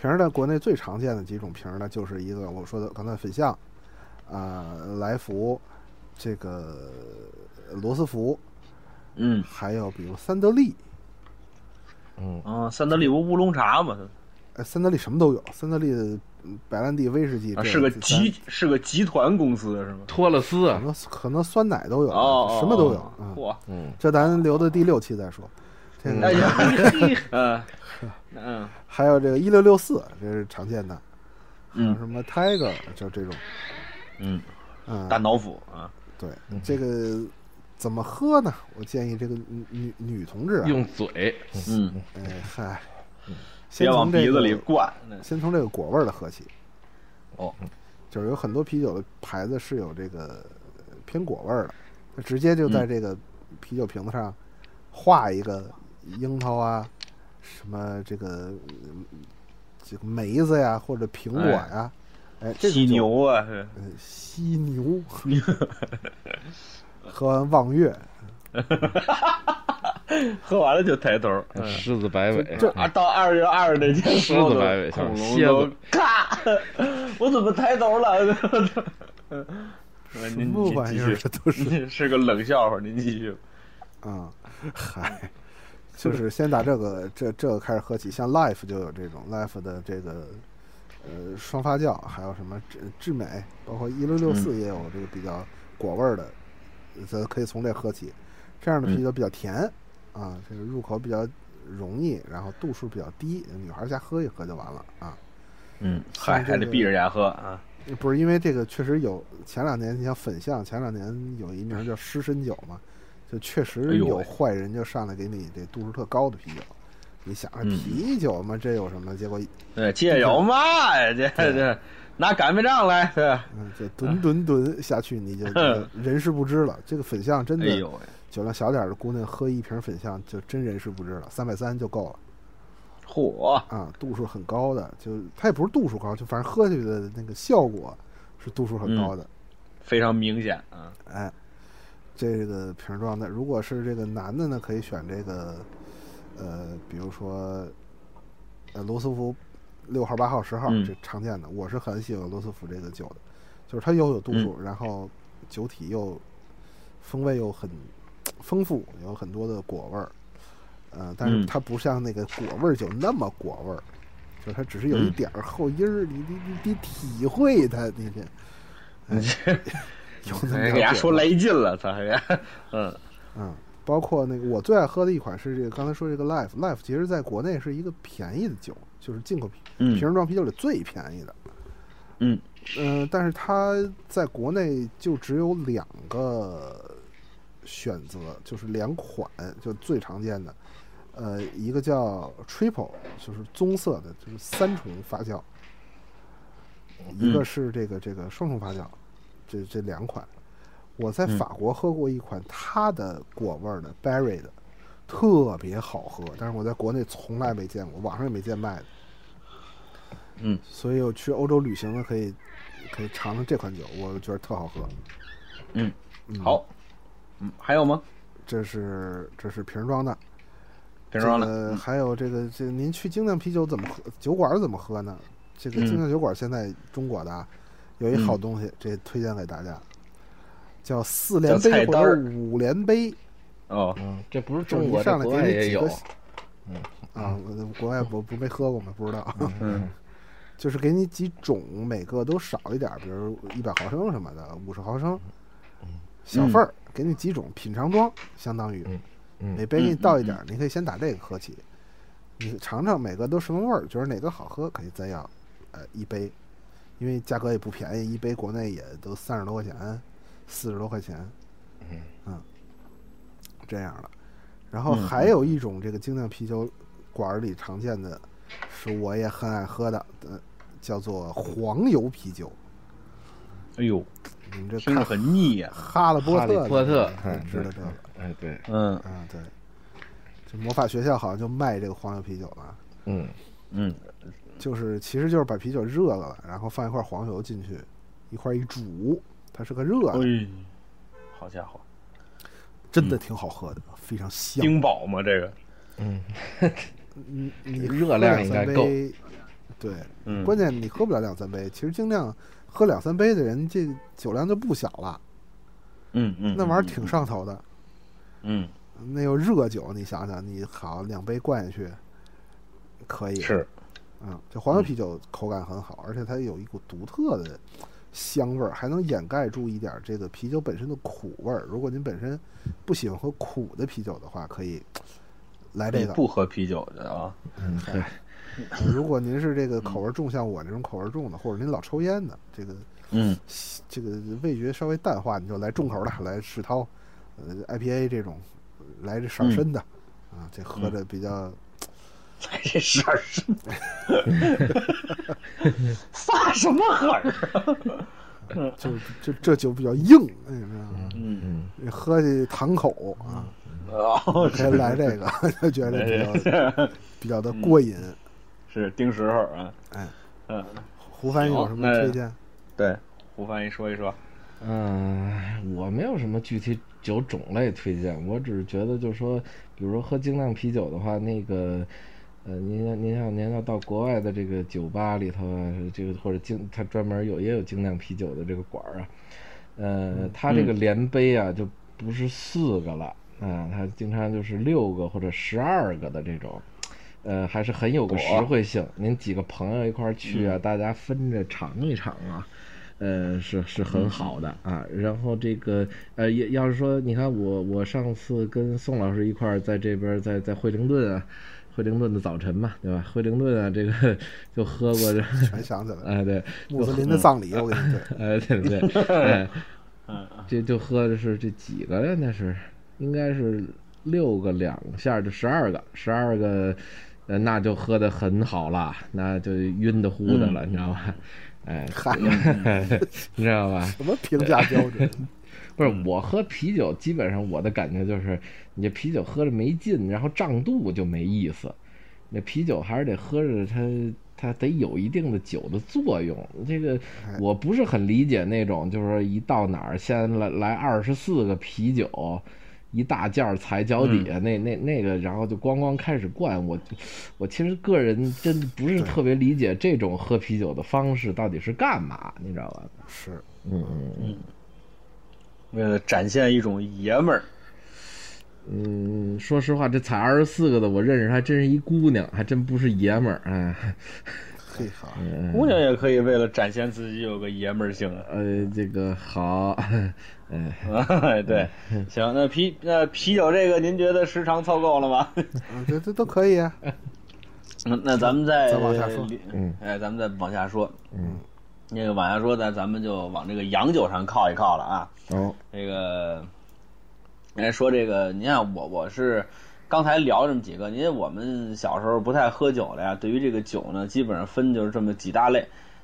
瓶儿的国内最常见的几种瓶儿呢，就是一个我说的刚才粉象，啊、来福，这个罗斯福，嗯，还有比如三得利，嗯哦，三得利无乌龙茶嘛，哎，三得利什么都有，三得利的嗯白兰地、威士忌，啊，这是个咱集是个集团公司是吗？托勒斯啊可，能可能酸奶都有，哦，什么都有哦啊。嗯嚯，嗯这咱留到第六期再说。 [laughs] 这哎个呀，嘿嗯嗯还有这个一六六四，这是常见的，还有嗯什么 Tiger，就这种，嗯，嗯大，脑斧啊，对，这个怎么喝呢？我建议这个女女女同志啊，用嘴，嗯，哎嗨，先别往从这鼻子里个灌。先从这个果味儿的喝起，哦，就是有很多啤酒的牌子是有这个呃偏果味儿的，它直接就嗯在这个啤酒瓶子上画一个樱桃啊，什么这个嗯这个梅子呀，或者苹果呀，哎，这犀种酒，牛啊，是呃犀牛，喝完望月，喝完了就抬头。嗯狮子摆尾，啊，到二月二那天，狮子摆尾像恐龙蝎都子咔，我怎么抬头了？ [laughs] 什 [laughs] 您么玩意儿？这 [laughs] 都是您是个冷笑话，您继续。啊，嗨，就是先打这个这这个开始喝起，像 Life 就有这种 Life 的这个呃双发酵，还有什么智智美，包括一六六四嗯也有这个比较果味儿的，咱可以从这喝起。这样的嗯啤酒比较甜、啊，这个入口比较容易，然后度数比较低，女孩儿家喝一喝就完了啊。嗯，像嗨，这还得个闭着眼喝啊。不是因为这个，确实有前两年，你像粉象，前两年有一名叫狮身酒嘛，就确哎实呦有喂坏人就上来给你这度数特高的啤酒。你想啊，嗯啤酒嘛，这有什么？结果，对，戒油嘛，这这拿擀面杖来，对吧？嗯，这吨吨吨下 [laughs] 去，你就你就人事不知了。这个粉象真哎的呦，喂，酒量小点儿的姑娘喝一瓶粉象就真人事不知了，三百三就够了嚯，啊，度数很高的，就它也不是度数高，就反正喝下去的那个效果是度嗯数很高的。非常明显啊。哎，这个瓶装的，如果是这个男的呢，可以选这个，呃，比如说，呃，罗斯福六号、八号、十号、嗯这常见的。我是很喜欢罗斯福这个酒的，就是它又有度嗯数，然后酒体又风味又很丰富，有很多的果味儿。呃，但是嗯它不像那个果味儿酒那么果味儿，就是它只是有一嗯点儿后音儿，你你你你体会它，你这。哎有那么哎点给儿家果说味儿来劲了，操！给家嗯嗯，包括那个我最爱喝的一款是这个，刚才说这个 Life Life，其实在国内是一个便宜的酒，就是进口啤嗯瓶装啤酒里最便宜的。嗯嗯、但是它在国内就只有两个选择，就是两款，就最常见的，呃，一个叫 Triple，就是棕色的，就是三重发酵；一个是这个这个双重发酵，这这两款。我在法国喝过一款它的果味儿的 berry 的，特别好喝，但是我在国内从来没见过，网上也没见卖的。嗯，所以我去欧洲旅行的可以可以尝尝这款酒，我觉得特好喝。嗯，嗯好，嗯，还有吗？这是这是瓶装的，瓶装这的，嗯个还有这个这您去精酿啤酒怎么喝？酒馆儿怎么喝呢？这个嗯精酿酒馆儿现在中国的啊，有一好东西，这推荐给大家，叫四连叫菜杯或单儿者五连杯哦，嗯，这不是就是中国，一这上来国给外你也几有个，啊，我国外我不没喝过嘛，不知道。嗯就是给你几种，每个都少一点儿，比如一百毫升什么的，五十毫升，嗯小份儿，给你几种品尝装，相当于嗯嗯每杯给你倒一点儿，你可以先打这个喝起，你尝尝每个都什么味儿，觉得哪个好喝，可以再要，呃，一杯，因为价格也不便宜，一杯国内也都三十多块钱，四十多块钱，嗯这样的。然后嗯还有一种这个精酿啤酒馆儿里常见的，是我也很爱喝的，呃，叫做黄油啤酒。哎呦，你们这听着看很腻呀、哈利波哈利特，波特，嗯知道对这个哎对，嗯啊？对，这魔法学校好像就卖这个黄油啤酒了，嗯嗯，就是其实就是把啤酒热了，然后放一块黄油进去，一块一煮，它是个热哦的，哎，好家伙，真的挺好喝的，非常香。丁宝吗？这个，嗯，你你热喝量两应三该够杯对，嗯，关键你喝不了两三杯，其实精酿喝两三杯的人，这酒量就不小了，嗯嗯，那玩意儿挺上头的。嗯，那又热酒，你想想，你好两杯灌下去，可以是，嗯，这黄油啤酒口感很好，而且它有一股独特的香味儿，还能掩盖住一点这个啤酒本身的苦味儿。如果您本身不喜欢喝苦的啤酒的话，可以来这你个。呃不喝啤酒的啊？嗯对，如果您是这个口味重，像我这种口味重的，或者您老抽烟的，这个嗯这个味觉稍微淡化，你就来重口的，来世涛，呃，IPA 这种，来这色儿深的，啊，这喝着比较，哎这事儿是 [laughs] 撒什么狠儿？就这这酒比较硬，哎你知道吗？嗯，你喝起堂口啊，哦，哎可以来这个，嗯 [laughs] 就觉得比较比较的过瘾。 [laughs] 是盯时候啊。哎，嗯，胡翻译有什么哎推荐？对，胡翻译说一说。嗯，我没有什么具体酒种类推荐，我只是觉得就是说，比如说喝精酿啤酒的话，那个，呃，您要您要您要到国外的这个酒吧里头啊，这个或者精，它专门有也有精酿啤酒的这个馆儿啊，呃，它这个连杯啊就不是四个了啊，它经常就是六个或者十二个的这种。呃，还是很有个实惠性。您几个朋友一块儿去啊，大家分着尝一尝啊，呃，是是很好的啊。然后这个呃，也要是说，你看我我上次跟宋老师一块儿在这边儿在在惠灵顿啊，惠灵顿的早晨嘛，对吧？惠灵顿啊，这个 [laughs] 就喝过这，全想起来嗯了，哎对，穆斯林的葬礼，我跟你对，哎对对，哎，这就喝的是这几个呀？那是应该是六个两下就十二个，十二个，呃，那就喝的很好了，那就晕的乎的了，你知道吧？ [laughs] 哎，嗨，嗯你知道吧？什么评价标准？ [laughs] 不是我喝啤酒，基本上我的感觉就是，你这啤酒喝着没劲，然后胀肚就没意思。那啤酒还是得喝着它，它得有一定的酒的作用。这个我不是很理解那种，就是说一到哪儿先来来二十四个啤酒，一大件儿踩脚底下、那那那个，然后就咣咣开始灌。我我其实个人真的不是特别理解这种喝啤酒的方式到底是干嘛，你知道吧？是，嗯嗯。为了展现一种爷们儿，嗯，说实话，这才二十四个的，我认识还真是一姑娘，还真不是爷们儿，哎，嘿好，姑娘也可以为了展现自己有个爷们儿性啊。呃，这个好，嗯， [laughs] 对，行，那啤那啤酒这个，您觉得时长凑够了吗？ [laughs] 啊，这这都可以嗯啊。那那咱们再再往下说，嗯哎，咱们再往下说，嗯，那个往下说，咱咱们就往这个洋酒上靠一靠了啊。哦，这个，哎，说这个，你看我我是刚才聊这么几个，因为我们小时候不太喝酒了呀，对于这个酒呢，基本上分就是这么几大类，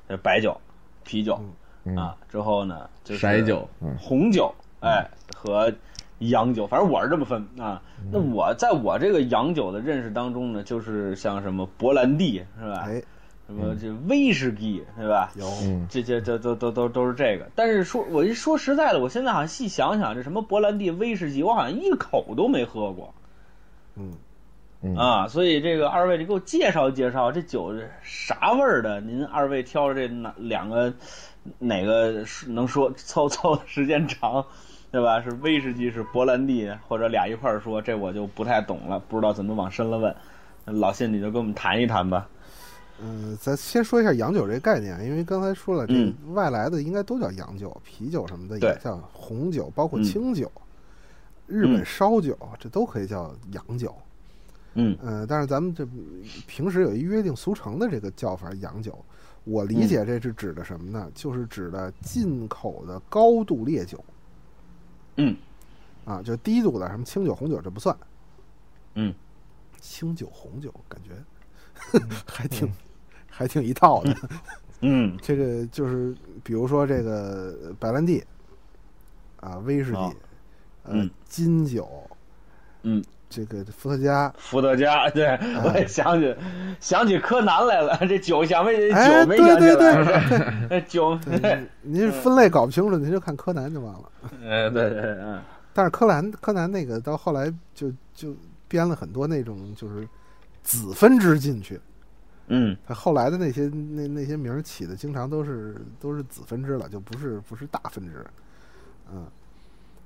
就是白酒、啤酒嗯啊，之后呢就是筛酒，嗯红酒，哎，和洋酒，反正我是这么分啊。嗯那我在我这个洋酒的认识当中呢，就是像什么勃兰地是吧？哎，什么这威士忌对吧？有嗯这些都都都都都是这个。但是说，我一说实在的，我现在好像细想想，这什么勃兰地、威士忌，我好像一口都没喝过嗯，嗯，啊。所以这个二位，你给我介绍介绍这酒是啥味儿的？您二位挑这哪两个哪个是能说凑凑的时间长，对吧？是威士忌，是勃兰地，或者俩一块儿说，这我就不太懂了，不知道怎么往深了问。老信，你就跟我们谈一谈吧。嗯，咱先说一下洋酒这概念，啊因为刚才说了，这嗯外来的应该都叫洋酒，啤酒什么的对也叫红酒，包括嗯清酒、日本嗯烧酒，这都可以叫洋酒。嗯嗯，但是咱们这平时有一约定俗成的这个叫法“洋酒”，我嗯理解这是指的什么呢？就是指的进口的高度烈酒嗯啊，就低度的什么清酒、红酒这不算。嗯，清酒、红酒感觉还挺、还挺一套的。嗯 [laughs] 这个就是比如说这个白兰地啊、威士忌、好呃哦嗯、金酒，嗯，这个伏特加，伏特加， [laughs] 对嗯我也想起想起柯南来了，这酒想没哎酒没对想起对对来， [laughs] 这酒，对，您您分类搞不清楚，您就看柯南就完了。嗯对对嗯但是柯南柯南那个到后来就就编了很多那种就是子分支进去，嗯他后来的那些那那些名儿起的经常都是都是子分支了，就不是不是大分支。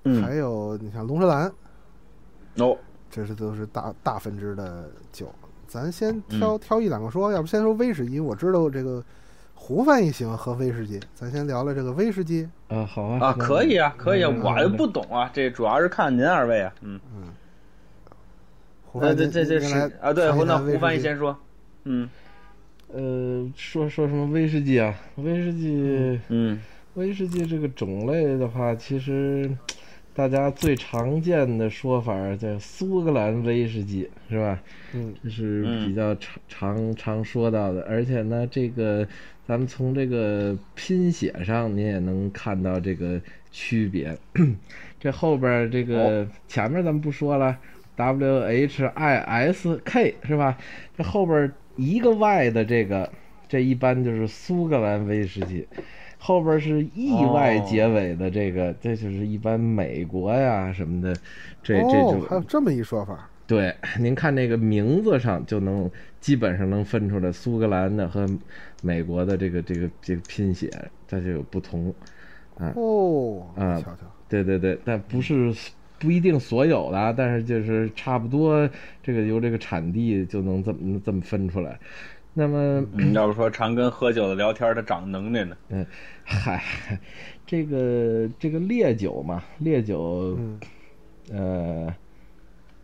嗯，还嗯，有你像龙舌兰，哦这是都是大大分支的酒。咱先嗯挑挑一两个说，要不先说威士忌。我知道这个胡翻译喜欢喝威士忌，咱先聊聊这个威士忌。啊，好啊啊，可以啊，可以啊，嗯我就不懂啊，这主要是看您二位啊，嗯，胡呃，翻这译这这您是来啊，对，谈一那谈胡威士翻译忌先说，嗯呃，说说什么威士忌啊？威士忌，嗯威士忌这个种类的话，其实大家最常见的说法儿叫苏格兰威士忌，是吧？嗯这是嗯比较常常常说到的，而且呢，这个咱们从这个拼写上，你也能看到这个区别。这后边儿这个、前面咱们不说了，W H I S K 是吧？这后边儿一个 Y 的这个，这一般就是苏格兰威士忌。后边儿是 E Y 哦结尾的这个，这就是一般美国呀什么的，这这就、哦，还有这么一说法。对，您看这个名字上就能基本上能分出来苏格兰的和美国的这个这个这个拼写，它就有不同。嗯哦，啊瞧瞧，对对对，但不是不一定所有的，啊，但是就是差不多，这个由这个产地就能这么这么分出来。那么，嗯，要不说常跟喝酒的聊天，他长能耐呢，嗯，嗨，这个这个烈酒嘛，烈酒，嗯呃，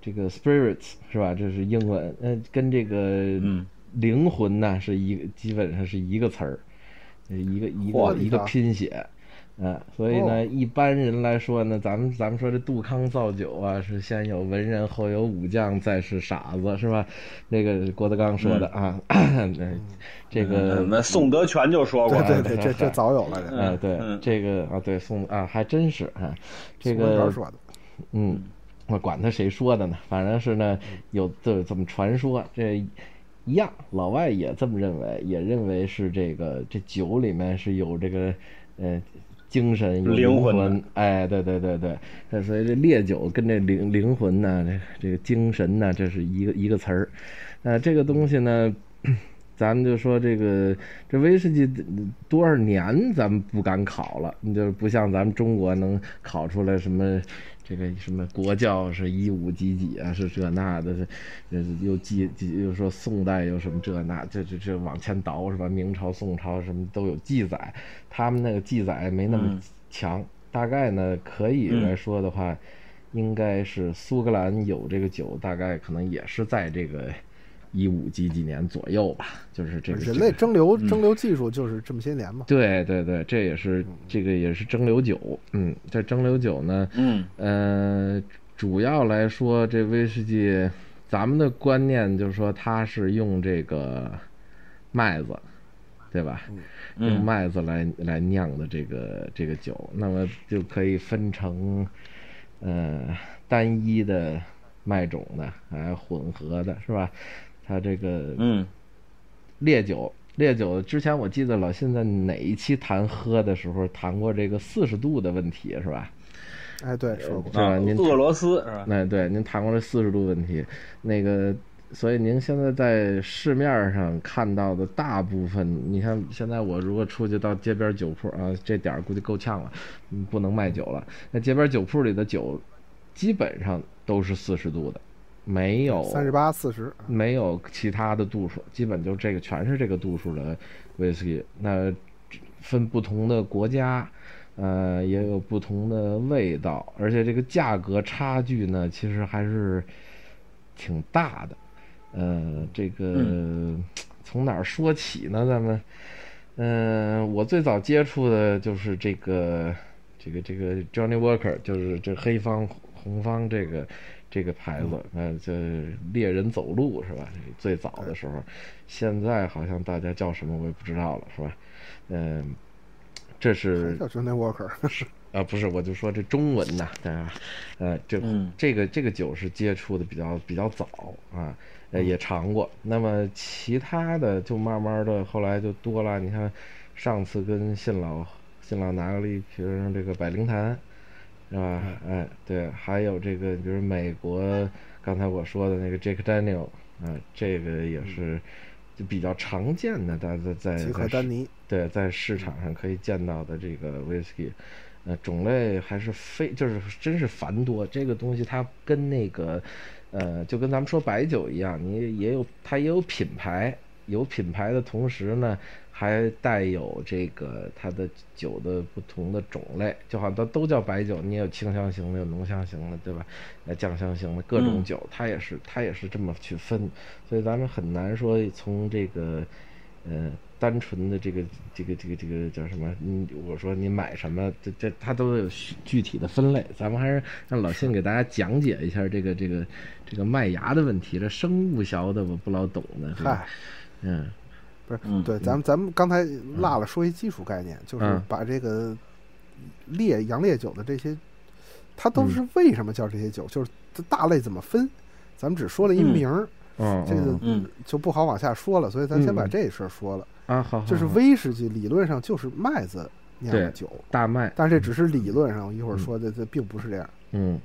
这个 spirits 是吧？这是英文，嗯、跟这个嗯灵魂呢是一个，基本上是一个词儿，呃一个一嚯个一个你看拼写。嗯，所以啊呢，哦一般人来说呢，咱们咱们说这杜康造酒啊，是先有文人，后有武将，再是傻子，是吧？那个郭德纲说的啊， [coughs] 这个嗯那宋德全就说过对了，对对，这这早有了，这呃，对，嗯这个啊，对宋啊，还真是啊，这宋文个元说的，嗯，我管他谁说的呢，反正是呢，有这怎么传说这一样，老外也这么认为，也认为是这个这酒里面是有这个呃精神有灵魂魂，的哎，对对对对，那所以这烈酒跟这灵灵魂呢，这这个精神呢，这是一个一个词儿，呃，这个东西呢。咱们就说这个这威士忌多少年咱们不敢考了，你就是不像咱们中国能考出来什么这个什么国教是一五几几啊，是这那的，是呃又记记又说宋代又什么这那，这这这往前倒是吧？明朝、宋朝什么都有记载，他们那个记载没那么嗯强，大概呢可以嗯来说的话。应该是苏格兰有这个酒，大概可能也是在这个一五几几年左右吧，就是这个嗯人这类个蒸馏蒸馏技术就是这么些年嘛。对对对，这也是这个也是蒸馏酒，嗯，这蒸馏酒呢，嗯呃，主要来说这威士忌，咱们的观念就是说它是用这个麦子，对吧？用嗯麦子来来酿的这个这个酒，那么就可以分成，呃，单一的麦种的，还有混合的，是吧？它这个嗯烈酒，烈酒之前我记得老信在哪一期谈喝的时候谈过这个四十度的问题，是吧？哎，对，说过是吧？您啊俄罗斯是吧？那对，您谈过这四十度问题，那个，所以您现在在市面上看到的大部分，你看现在我如果出去到街边酒铺啊，这点儿估计够呛了，嗯不能卖酒了。那街边酒铺里的酒，基本上都是四十度的，没有三十八、四十，哎没有其他的度数，基本就这个全是这个度数的威士忌。那分不同的国家，呃，也有不同的味道，而且这个价格差距呢，其实还是挺大的。呃，这个、从哪儿说起呢？咱们，嗯、我最早接触的就是这个，这个，这个 Johnny Walker，就是这黑方红方这个这个牌子，嗯、呃，这猎人走路是吧？最早的时候，现在好像大家叫什么我也不知道了，是吧？嗯、这是叫 Johnny Walker，啊，不是，我就说这中文呐，大家，呃，这、嗯这个这个酒是接触的比较比较早啊，嗯呃，也尝过。那么其他的就慢慢的后来就多了。你看，上次跟信老信老拿了一瓶这个百灵坛，是吧？嗯哎，对，还有这个，比如美国刚才我说的那个 Jack Daniel，啊、这个也是就比较常见的，大家 [laughs] 在嗯吉在克市丹尼，对，在市场上可以见到的这个 whisky，呃，种类还是非就是真是繁多。这个东西它跟那个，呃，就跟咱们说白酒一样，你也有它也有品牌，有品牌的同时呢，还带有这个它的酒的不同的种类，就好像它都叫白酒，你也有清香型的，有浓香型的，对吧？呃，酱香型的各种嗯酒，它也是它也是这么去分，所以咱们很难说从这个。呃，单纯的这个这个这个这个叫什么？嗯，我说你买什么，这这它都有具具体的分类。咱们还是让老信给大家讲解一下这个这个这个麦芽的问题。这生物学的我不老懂的。这个嗨，嗯不是，嗯对，咱们咱们刚才落了说一基础概念，就是嗯把这个烈洋烈酒的这些，它嗯都是为什么叫这些酒，就是它大类怎么分，咱们只说了一嗯名儿，嗯，这个嗯就不好往下说了，所以咱先把嗯这事儿说了。哦啊，好，好就是好威士忌理论上就是麦子酿的对酒，大麦，但是这只是理论上，一会儿嗯说的这并不是这样，嗯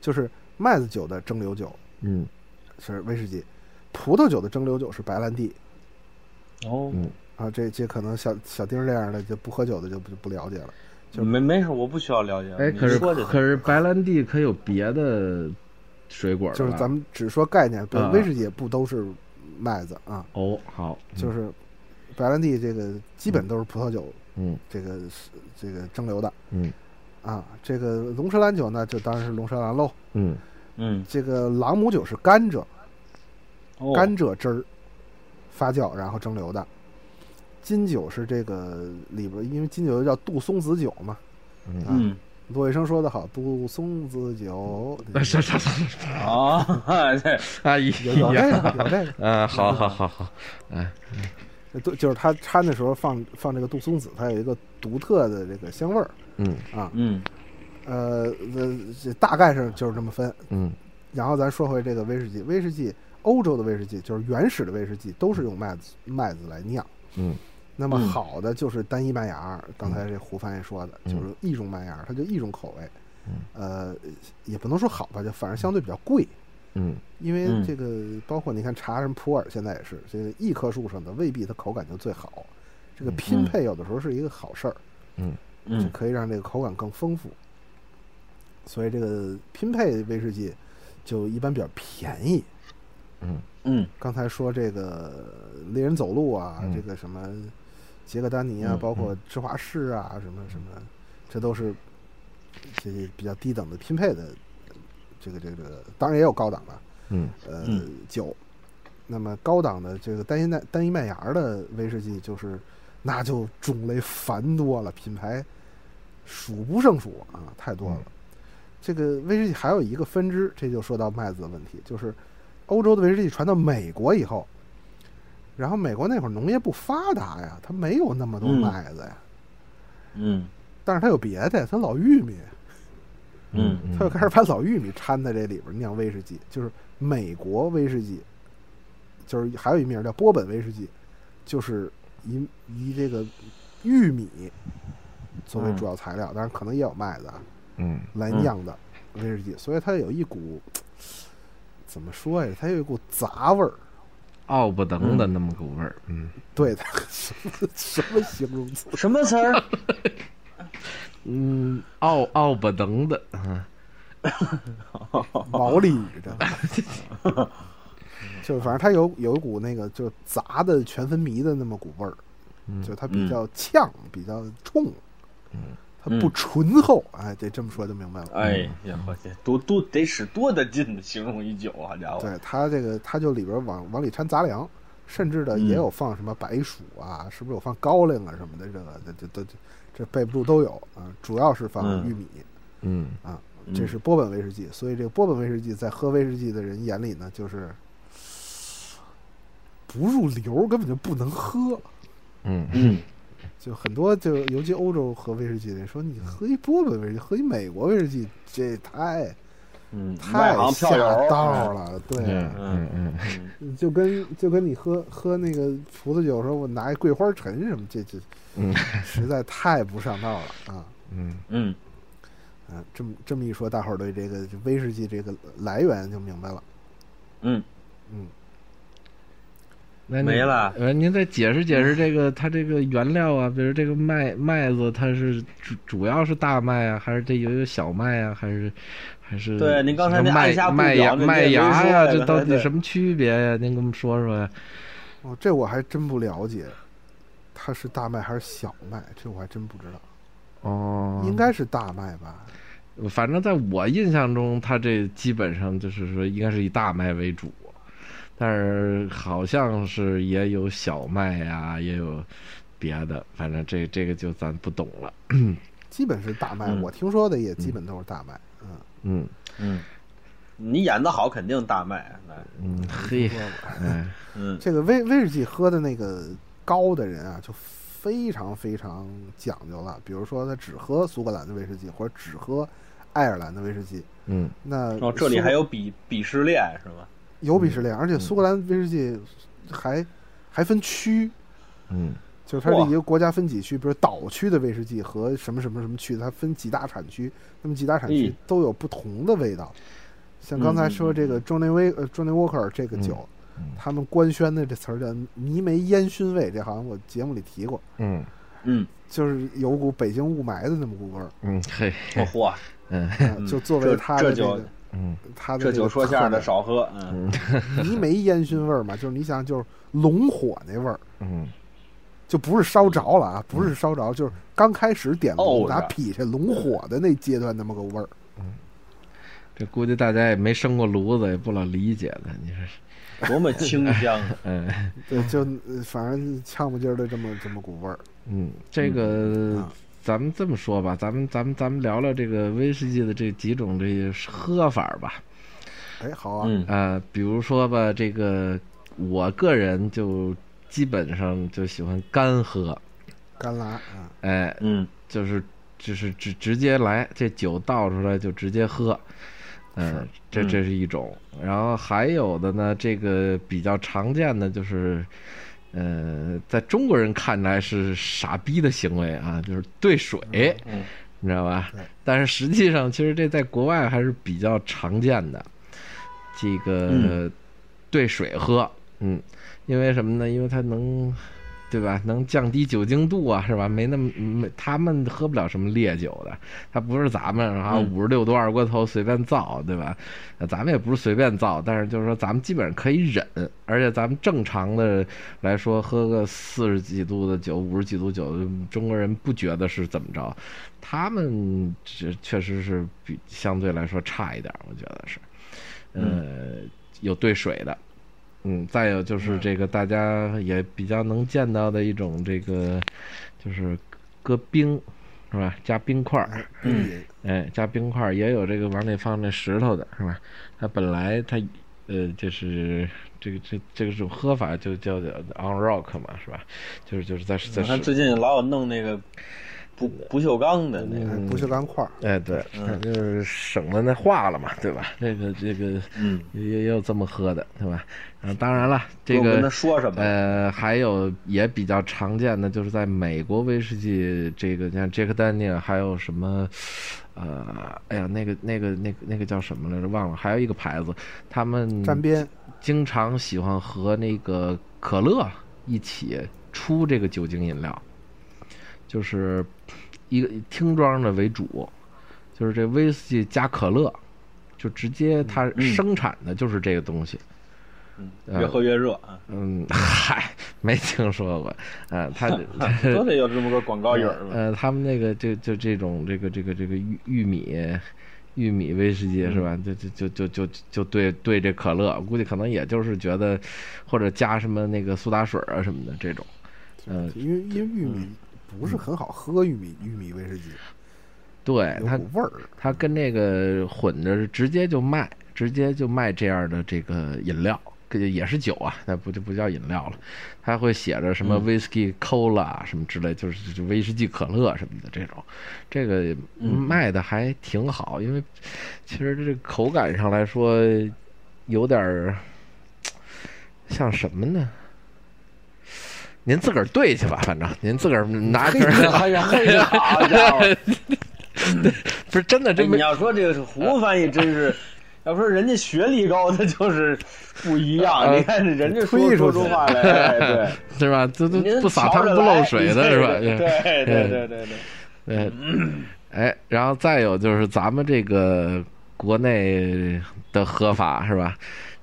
就是麦子酒的蒸馏酒嗯是威士忌，葡萄酒的蒸馏酒是白兰地。哦，嗯，啊，这这可能小小丁儿这样的就不喝酒的就不就不了解了。就没没事，我不需要了解。哎，呃你可是说就行可是白兰地可有别的水果了就是吧咱们只说概念，对啊，威士忌也不都是麦子啊，哦，好，就是是白兰地这个基本都是葡萄酒嗯这个是这个蒸馏的嗯啊。这个龙舌兰酒呢，就当然是龙舌兰喽。嗯嗯，这个朗姆酒是甘蔗，哦甘蔗汁儿发酵然后蒸馏的。金酒是这个里边，因为金酒又叫杜松子酒嘛。嗯啊嗯骆医生说的好，杜松子酒， [laughs] 啊，啥啥啥啥啥哦，对，哎有有这呀个，有这个。啊，好好好好，哎， [laughs] 都就是它掺的时候放放这个杜松子，它有一个独特的这个香味儿嗯啊。嗯呃，这这大概是就是这么分。嗯然后咱说回这个威士忌，威士忌欧洲的威士忌就是原始的威士忌都是用麦子麦子来酿。嗯那么嗯好的就是单一麦芽，刚才这胡帆也说的，嗯就是一种麦芽，它就一种口味嗯。呃，也不能说好吧，就反正相对比较贵，嗯因为嗯这个包括你看茶什么普洱现在也是，这个一棵树上的未必它口感就最好，这个嗯拼配有的时候是一个好事儿。嗯就嗯可以让这个口感更丰富。所以这个拼配威士忌就一般比较便宜。嗯嗯刚才说这个猎人走路啊，嗯这个什么杰克丹尼啊，嗯包括芝华士啊，什么什么，这都是这这比较低等的拼配的。这个这个这个，当然也有高档的，嗯呃，嗯酒。那么高档的这个单一麦单一麦芽儿的威士忌，就是那就种类繁多了，品牌数不胜数啊，太多了。这个威士忌还有一个分支，这就说到麦子的问题，就是欧洲的威士忌传到美国以后，然后美国那会儿农业不发达呀，它没有那么多嗯麦子呀，嗯但是它有别的，它老玉米，嗯他就开始把老玉米掺在这里边酿威士忌，就是美国威士忌，就是还有一名叫波本威士忌，就是以以这个玉米作为主要材料，当然可能也有麦子啊嗯来酿的威士忌，所以它有一股怎么说呀？它有一股杂味儿。奥不登的那么股味儿，嗯，对， [laughs] 它什么什么形容词？什么词儿？嗯，奥奥不登的，啊，毛利语 [laughs] 的，就是反正它有有一股那个就杂的全分迷的那么股味儿，嗯就它比较呛，比较冲，它不嗯醇厚，哎，得这么说就明白了。 [laughs] 哎呀，我去，多多得使多大劲的形容一酒啊，家伙！对它这个，它就里边往往里掺杂粮，甚至的嗯也有放什么白薯啊，是不是有放高粱啊什么的，这个这这这这这背不住都有啊，主要是放嗯玉米。嗯啊，嗯这是波本威士忌，所以这个波本威士忌在喝威士忌的人眼里呢，就是不入流，根本就不能喝。嗯嗯，就很多就尤其欧洲喝威士忌的人说，嗯你喝一波本威士忌，喝一美国威士忌，这太嗯，太行下票友道了，对啊、嗯嗯嗯就跟就跟你喝喝那个葡萄酒的时候，我拿一桂花陈什么，这这嗯 [laughs] 实在太不上道了啊！嗯嗯，嗯，这么这么一说，大伙儿对这个就威士忌这个来源就明白了。嗯，嗯，那你没了呃，您再解释解释这个它这个原料啊，比如这个麦麦子，它是主主要是大麦啊，还是这有有小麦啊，还是还是对您刚才那什么麦按下不麦芽表那麦您也没芽说呀、呀这到对底什么区别呀、您给我们说说呀、哦，这我还真不了解，它是大麦还是小麦？这我还真不知道，嗯哦，应该是大麦吧？反正在我印象中，它这基本上就是说应该是以大麦为主，但是好像是也有小麦呀、也有别的，反正这这个就咱不懂了。基本是大麦，嗯我听说的也基本都是大麦。嗯，嗯嗯，你演的好，肯定大卖。来嗯，嘿，哎，嗯这个威威士忌喝的那个高的人啊，就非常非常讲究了。比如说，他只喝苏格兰的威士忌，或者只喝爱尔兰的威士忌。嗯那哦，这里苏还有嗯鄙鄙视链是吗？有鄙视链，而且苏格兰威士忌还还分区，嗯就是它是哇一个国家分几区，比如岛区的威士忌和什么什么什么区，它分几大产区，那么几大产区嗯都有不同的味道。像刚才说这嗯个 Johnny w a 呃 Johnny Walker 这个酒，他们官宣的这词儿叫泥煤烟熏味，这好像我节目里提过，嗯嗯，就是有股北京雾霾的那么 [laughs] 股味儿，嗯，嘿，哦嚯，嗯呃嗯就作为这它的这个就嗯它的这这个酒说相声的特少喝。嗯点泥煤烟熏味儿嘛，就是你想就是龙火那味儿。嗯就不是烧着了啊，不是烧着，就是刚开始点哦炉拿是吧啊劈这龙火的那阶段那么个味儿。这估计大家也没生过炉子，也不老理解的。你说是，多么清香！啊 [laughs] 嗯对，就呃反正呛不劲儿的这么这么股味儿。嗯，这个啊咱们这么说吧，咱们咱们咱们聊聊这个威士忌的这几种这喝法吧。哎，好啊，嗯呃，比如说吧，这个我个人就基本上就喜欢干喝，干拉啊，哎，嗯就是就是直直接来，这酒倒出来就直接喝，嗯，这这是一种。然后还有的呢，这个比较常见的就是，呃，在中国人看来是傻逼的行为啊，就是兑水，嗯你知道吧对？ [laughs] 但是实际上，其实这在国外还是比较常见的，这个嗯兑水喝，嗯，因为什么呢？因为它能，对吧？能降低酒精度啊，是吧？没那么没他们喝不了什么烈酒的，它不是咱们啊嗯五十六度二锅头随便造，对吧？呃咱们也不是随便造，但是就是说咱们基本上可以忍，而且咱们正常的来说，喝个四十几度的酒、五十几度酒，中国人不觉得是怎么着，他们这确实是比相对来说差一点儿，我觉得是，呃，有兑水的，嗯，再有就是这个大家也比较能见到的一种这个，就是搁冰，是吧？加冰块儿，哎，这也哎，加冰块儿也有这个往里放那石头的，是吧？它本来它呃，就是这个这这个种喝法就叫做 on rock 嘛，是吧？就是就是在在你看石最近老有弄那个不不锈钢的那个，哎不锈钢块儿，哎对，就是省得那化了嘛，对吧？这个这个嗯，也也有这么喝的，对吧？嗯，当然了，这我个跟他说什么？呃，还有也比较常见的，就是在美国威士忌这个，像杰克丹尼尔，还有什么，呃，哎呀，那个那个那个那个叫什么来着？忘了，还有一个牌子，他们沾边经常喜欢和那个可乐一起出这个酒精饮料，就是一个听装的为主，就是这威士忌加可乐，就直接它生产的就是这个东西。嗯，越喝越热啊！嗯，嗨，没听说过。呃，它都得有这么个广告影儿嘛。呃，他们那个就就这种这个这个这个玉玉米。玉米威士忌是吧？嗯就就就就就就对对这可乐，估计可能也就是觉得，或者加什么那个苏打水啊什么的这种，嗯，因为因为玉米不是很好喝，玉米玉米威士忌对有哎它股味儿。它跟这个混着直接就卖，直接就卖这样的这个饮料，这也是酒啊，那不就不叫饮料了，它会写着什嗯么 whisky cola 啊什么之类，就是就威士忌可乐什么的这种，这个嗯卖的还挺好，因为其实这个口感上来说有点儿像什么呢？您自个儿对去吧，反正您自个 [laughs] 儿拿瓶儿，哎呀，嘿， [laughs] 好家哎伙！不是真的，哎这没你要说这个是胡翻译，真是。要说人家学历高，那就是不一样。呃你看人家说推说出去出话来， [laughs] 哎是吧？这对，都您不撒瞧汤着不漏来水的是吧？哎对对对对对对，呃，哎，然后再有就是咱们这个国内的喝法是吧？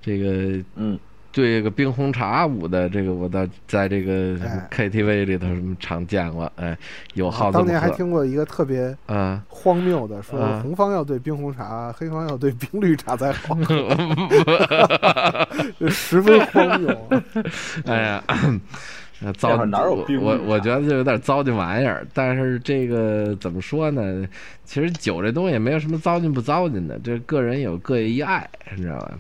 这个嗯，对这个冰红茶舞的这个，我倒在这个哎啊 KTV 里头什么常见过，哎，有好这当么年还喝听过一个特别啊。 [laughs] 荒谬的，说啊红方要对冰红茶， [laughs] 黑方要对冰绿茶才 [laughs] 好，就十分荒谬 [laughs] 啊。 [laughs] 哎呀，呃糟那会儿哪有冰我棍儿我啊觉得就有点糟践玩意儿，但是这个怎么说呢？其实酒这东西也没有什么糟践不糟践的，这个人有各一爱，你知道吧？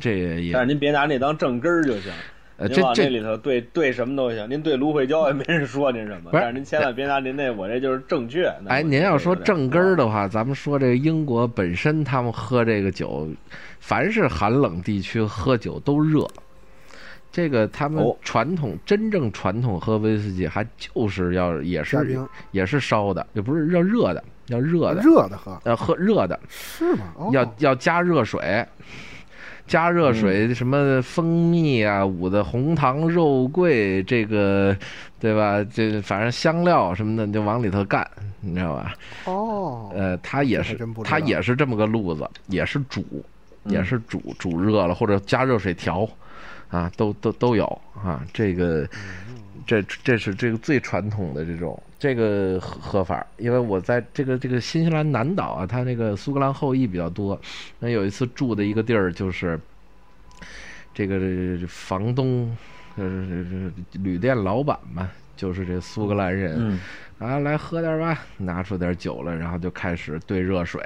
这也但是您别拿那当正根儿就行。呃您这往那这里头对对什么都行，您对芦荟胶也没人说您什么，不是但是您千万别拿您那我这就是正确。那哎，我您这要个说有点正根儿的话，咱们说这个英国本身他们喝这个酒，凡是寒冷地区喝酒都热。这个他们哦传统、真正传统喝威士忌，还就是要也加是冰也是烧的，也不是要热的，要热的。热的喝呃，喝热的，是吗？哦，要要加热水，加嗯热水，什么蜂蜜啊，捂的红糖肉桂，这个对吧？这反正香料什么的，你就往里头干，你知道吧？哦，呃，它也这是还真不知道它也是这么个路子，也是煮，嗯也是煮煮热了或者加热水调，啊，都都都有啊。这个这这是这个最传统的这种这个喝喝法儿，因为我在这个这个新西兰南岛啊，它那个苏格兰后裔比较多。那有一次住的一个地儿就是这个这这房东，呃，这这旅店老板嘛，就是这苏格兰人。嗯啊，来喝点儿吧，拿出点儿酒来，然后就开始兑热水，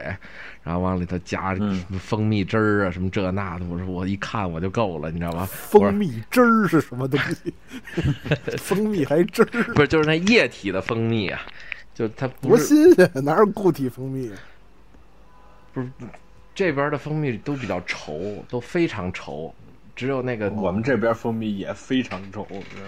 然后往里头加嗯什么蜂蜜汁儿啊，什么这那的。我说我一看我就够了，你知道吧？我蜂说蜜汁儿是什么东 [laughs] 西？蜂蜜还汁儿，不是就是那液体的蜂蜜啊，就它不多是新鲜！啊哪有固体蜂蜜？啊不是这边的蜂蜜都比较稠，都非常稠，只有那个我们这边蜂蜜也非常稠，是吧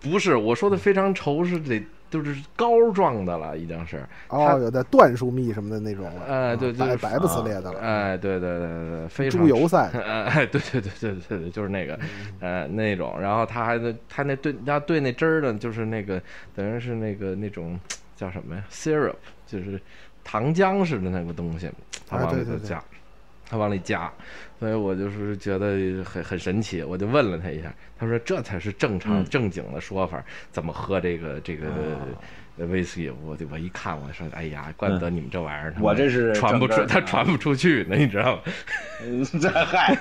不是我说的非常稠是得就是膏状的了，已经是它哦，有的椴树蜜什么的那种了，呃对啊就是白白不呲裂的了，哎，对对对对对，非常猪油赛哎，对对对对对对，就是那个，呃，那种。然后他还能，他那对他对那汁儿呢，就是那个，等于是那个那种叫什么呀？syrup，就是糖浆似的那个东西，他啊往对里头对对加，他往里加。所以我就是觉得很很神奇，我就问了他一下，他说这才是正常嗯正经的说法，怎么喝这个这个。呃威士忌，我就我一看，我说，哎呀，怪不得你们这玩意儿他妈，我这是传不正出，根儿他的啊传不出去呢，你知道吗？嗯， [laughs] 这嗨，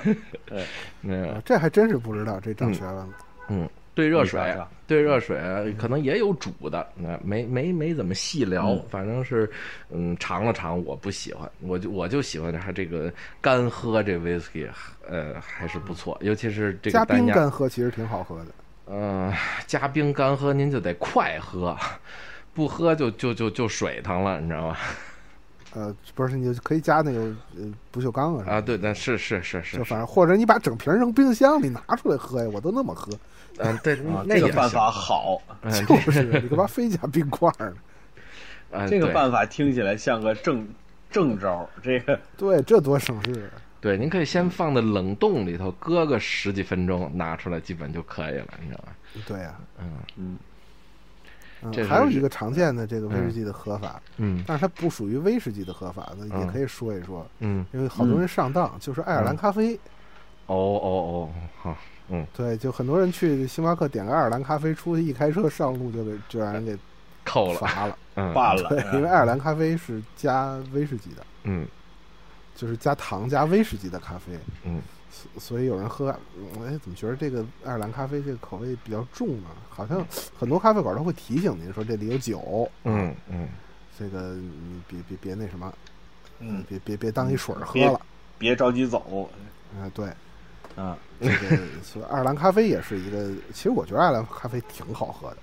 对那个啊，这还真是不知道，这啊长学问了。嗯，兑热水你说说，兑嗯热水可能也有煮的，那没没没怎么细聊，嗯反正是嗯尝了尝，我不喜欢，我就我就喜欢它这个干喝这 whisky，呃还是不错，尤其是这个加单冰压，干喝其实挺好喝的，呃加冰干喝您就得快喝，不喝就就就就水疼了，你知道吗？呃，不是你就可以加那个呃不锈钢啊什么啊，对，那是是是的，是就，反是正或者你把整瓶扔冰箱里拿出来喝呀，我都那么喝，嗯对，啊， [laughs] 那这也个办行法，好，嗯 [laughs] 就，是你干嘛非加冰块儿呢？啊这个对办法听起来像个正正招儿，这个对，这多省事。啊对，您可以先放在冷冻里头搁个十几分钟，拿出来基本就可以了，你知道吧？对呀、嗯，啊嗯这，是还有一个常见的这个威士忌的喝法，嗯但是它不属于威士忌的喝法，那也嗯可以说一说，嗯，因为好多人上当，就是爱尔兰咖啡。哦哦哦，好，嗯，对，就很多人去星巴克点个爱尔兰咖啡，出去一开车上路就给就让人给扣了，罚了。嗯罢了对，，因为爱尔兰咖啡是加威士忌的，嗯就是加糖加威士忌的咖啡，嗯所所以有人喝，嗯哎，怎么觉得这个爱尔兰咖啡这个口味比较重呢？好像很多咖啡馆都会提醒您说这里有酒，嗯嗯，这个你别别别那什么，嗯，别别别当一水儿喝别了。别着急走嗯啊、对，啊，这个所以爱尔兰咖啡也是一个，其实我觉得爱尔兰咖啡挺好喝的，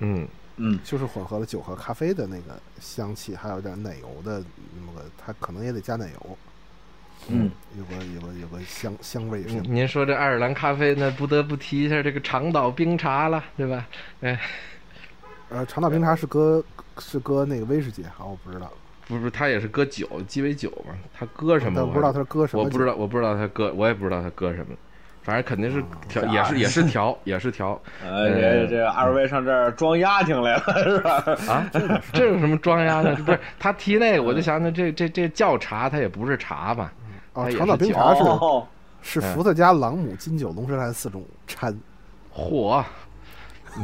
嗯嗯就是混合了酒和咖啡的那个香气，还有点奶油的那么个，它可能也得加奶油，嗯，有个有个有个香香味是您您说这爱尔兰咖啡，那不得不提一下这个长岛冰茶了，对吧？哎，呃，长岛冰茶是搁是搁那个威士忌，好，我不知道，不是，他也是搁酒，鸡尾酒嘛，他搁什么？但我不知道它是搁什么我酒。啊不知道，我不知道他搁，我也不知道他搁什么，反正肯定是调，也是也是调，也是调哎哎呃，这这二位上这儿装丫挺来了是吧？啊，这有什么装呀？不是他提那个，嗯我就想想这这这叫茶，它也不是茶嘛，它哦，哎也是长岛冰酒茶是、哦，是嗯伏特加、朗姆、金酒、龙舌兰四种 [laughs] 掺嚯，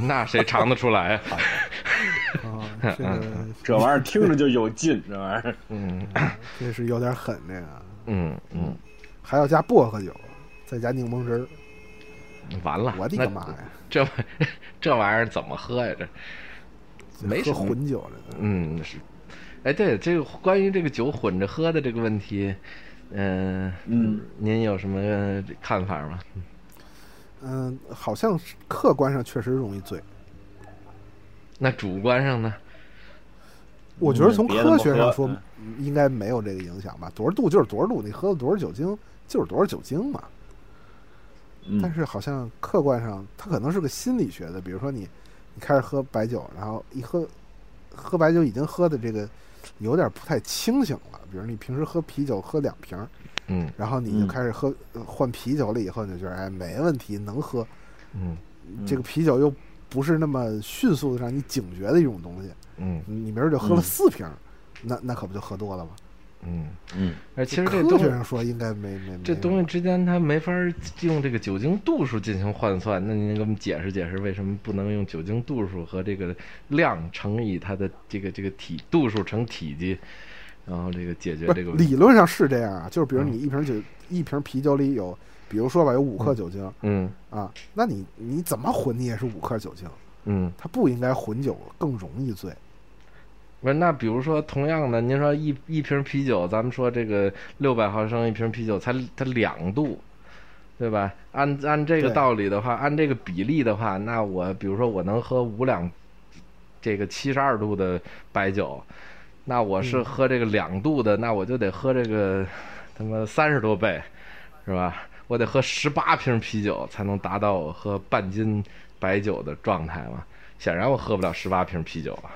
那谁尝得出来啊？啊，这个这玩意儿听着就有劲，这玩意儿，嗯这是有点狠，这个嗯嗯，还要加薄荷酒，再加柠檬汁儿，嗯完了，我的那个妈呀！这玩 [laughs] 这玩意儿怎么喝呀？这没什喝么混酒了。嗯是，哎对，这个关于这个酒混着喝的这个问题，嗯、 [laughs] 嗯，您有什么看法吗？嗯，好像是客观上确实容易醉。嗯那主观上呢？我觉得从别那么科学上喝嗯说，应该没有这个影响吧？多少度就是多少度，你喝了多少酒精就是多少酒精嘛。嗯但是好像客观上，它可能是个心理学的，比如说你你开始喝白酒，然后一喝喝白酒已经喝的这个有点不太清醒了，比如你平时喝啤酒喝两瓶儿，嗯然后你就嗯开始喝、呃换啤酒了以后，你就觉得哎没问题，能喝。嗯这个啤酒又不是那么迅速的让你警觉的一种东西，嗯你明儿就喝了嗯四瓶儿，那那可不就喝多了吗？嗯，嗯而其实科这东学西上说应该没没没这东西之间它没法儿用这个酒精度数进行换算，那您给我们解释解释为什么不能用酒精度数和这个量乘以它的这个这个体度数乘体积，然后这个解决不是这个问题？理论上是这样啊，就是比如你一瓶酒、一瓶啤酒里有，比如说吧有五克酒精、嗯啊，那你你怎么混你也是五克酒精，嗯，它不应该混酒更容易醉。不是那比如说同样的，您说一一瓶啤酒，咱们说这个六百毫升一瓶啤酒，才它两度。对吧？按按这个对道理的话，按这个比例的话，那我比如说我能喝五两这个七十二度的白酒，那我是喝这个两度的，那我就得喝这个他妈三十多倍，是吧？我得喝十八瓶啤酒才能达到我喝半斤白酒的状态嘛。显然我喝不了十八瓶啤酒啊。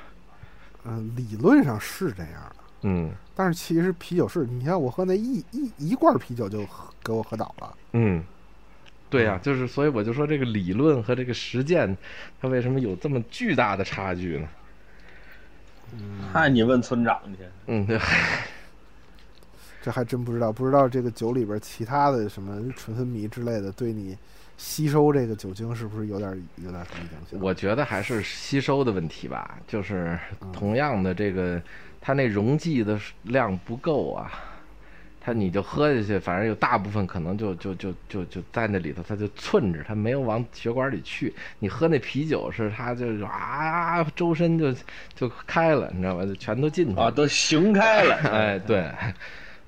嗯，理论上是这样的，嗯但是其实啤酒是，你看我喝那一一一罐啤酒就喝给我喝倒了。嗯，对呀、就是所以我就说这个理论和这个实践，它为什么有这么巨大的差距呢？看你问村长去，嗯，对，这还真不知道，不知道这个酒里边其他的什么纯分泌之类的，对你吸收这个酒精是不是有点有点什么影响？ [laughs] 我觉得还是吸收的问题吧，就是同样的这个，它那溶剂的量不够啊，它你就喝下去，反正有大部分可能就就就就就在那里头，它就寸着，它没有往血管里去。你喝那啤酒是它就是啊，周身就就开了，你知道吧？就全都进去啊，了。都行开了， [laughs] 哎，对，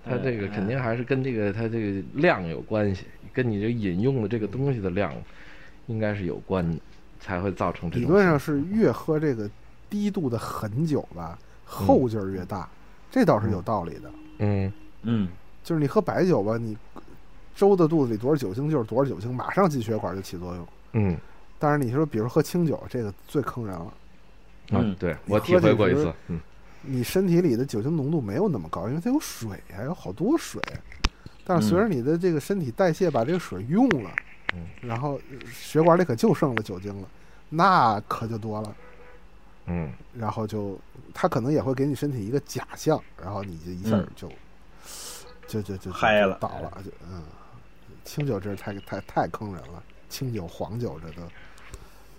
它这个肯定还是跟这个它这个量有关系，跟你这饮用的这个东西的量应该是有关的，才会造成这理种论上情况是越喝这个低度的很久吧，后劲儿越大，这倒是有道理的。嗯嗯就是你喝白酒吧，你周的肚子里多少酒精就是多少酒精，马上进血管就起作用。嗯但是你说，比如喝清酒，这个最坑人了。嗯啊，对你我喝体会进过一去次，嗯你身体里的酒精浓度没有那么高，因为它有水啊，有好多水。但是嗯随着你的这个身体代谢把这个水用了，然后血管里可就剩了酒精了，那可就多了。嗯，然后就它可能也会给你身体一个假象，然后你就一下嗯就、就就就就嗨就了倒了，就嗯，清酒这太太太坑人了，清酒、黄酒这都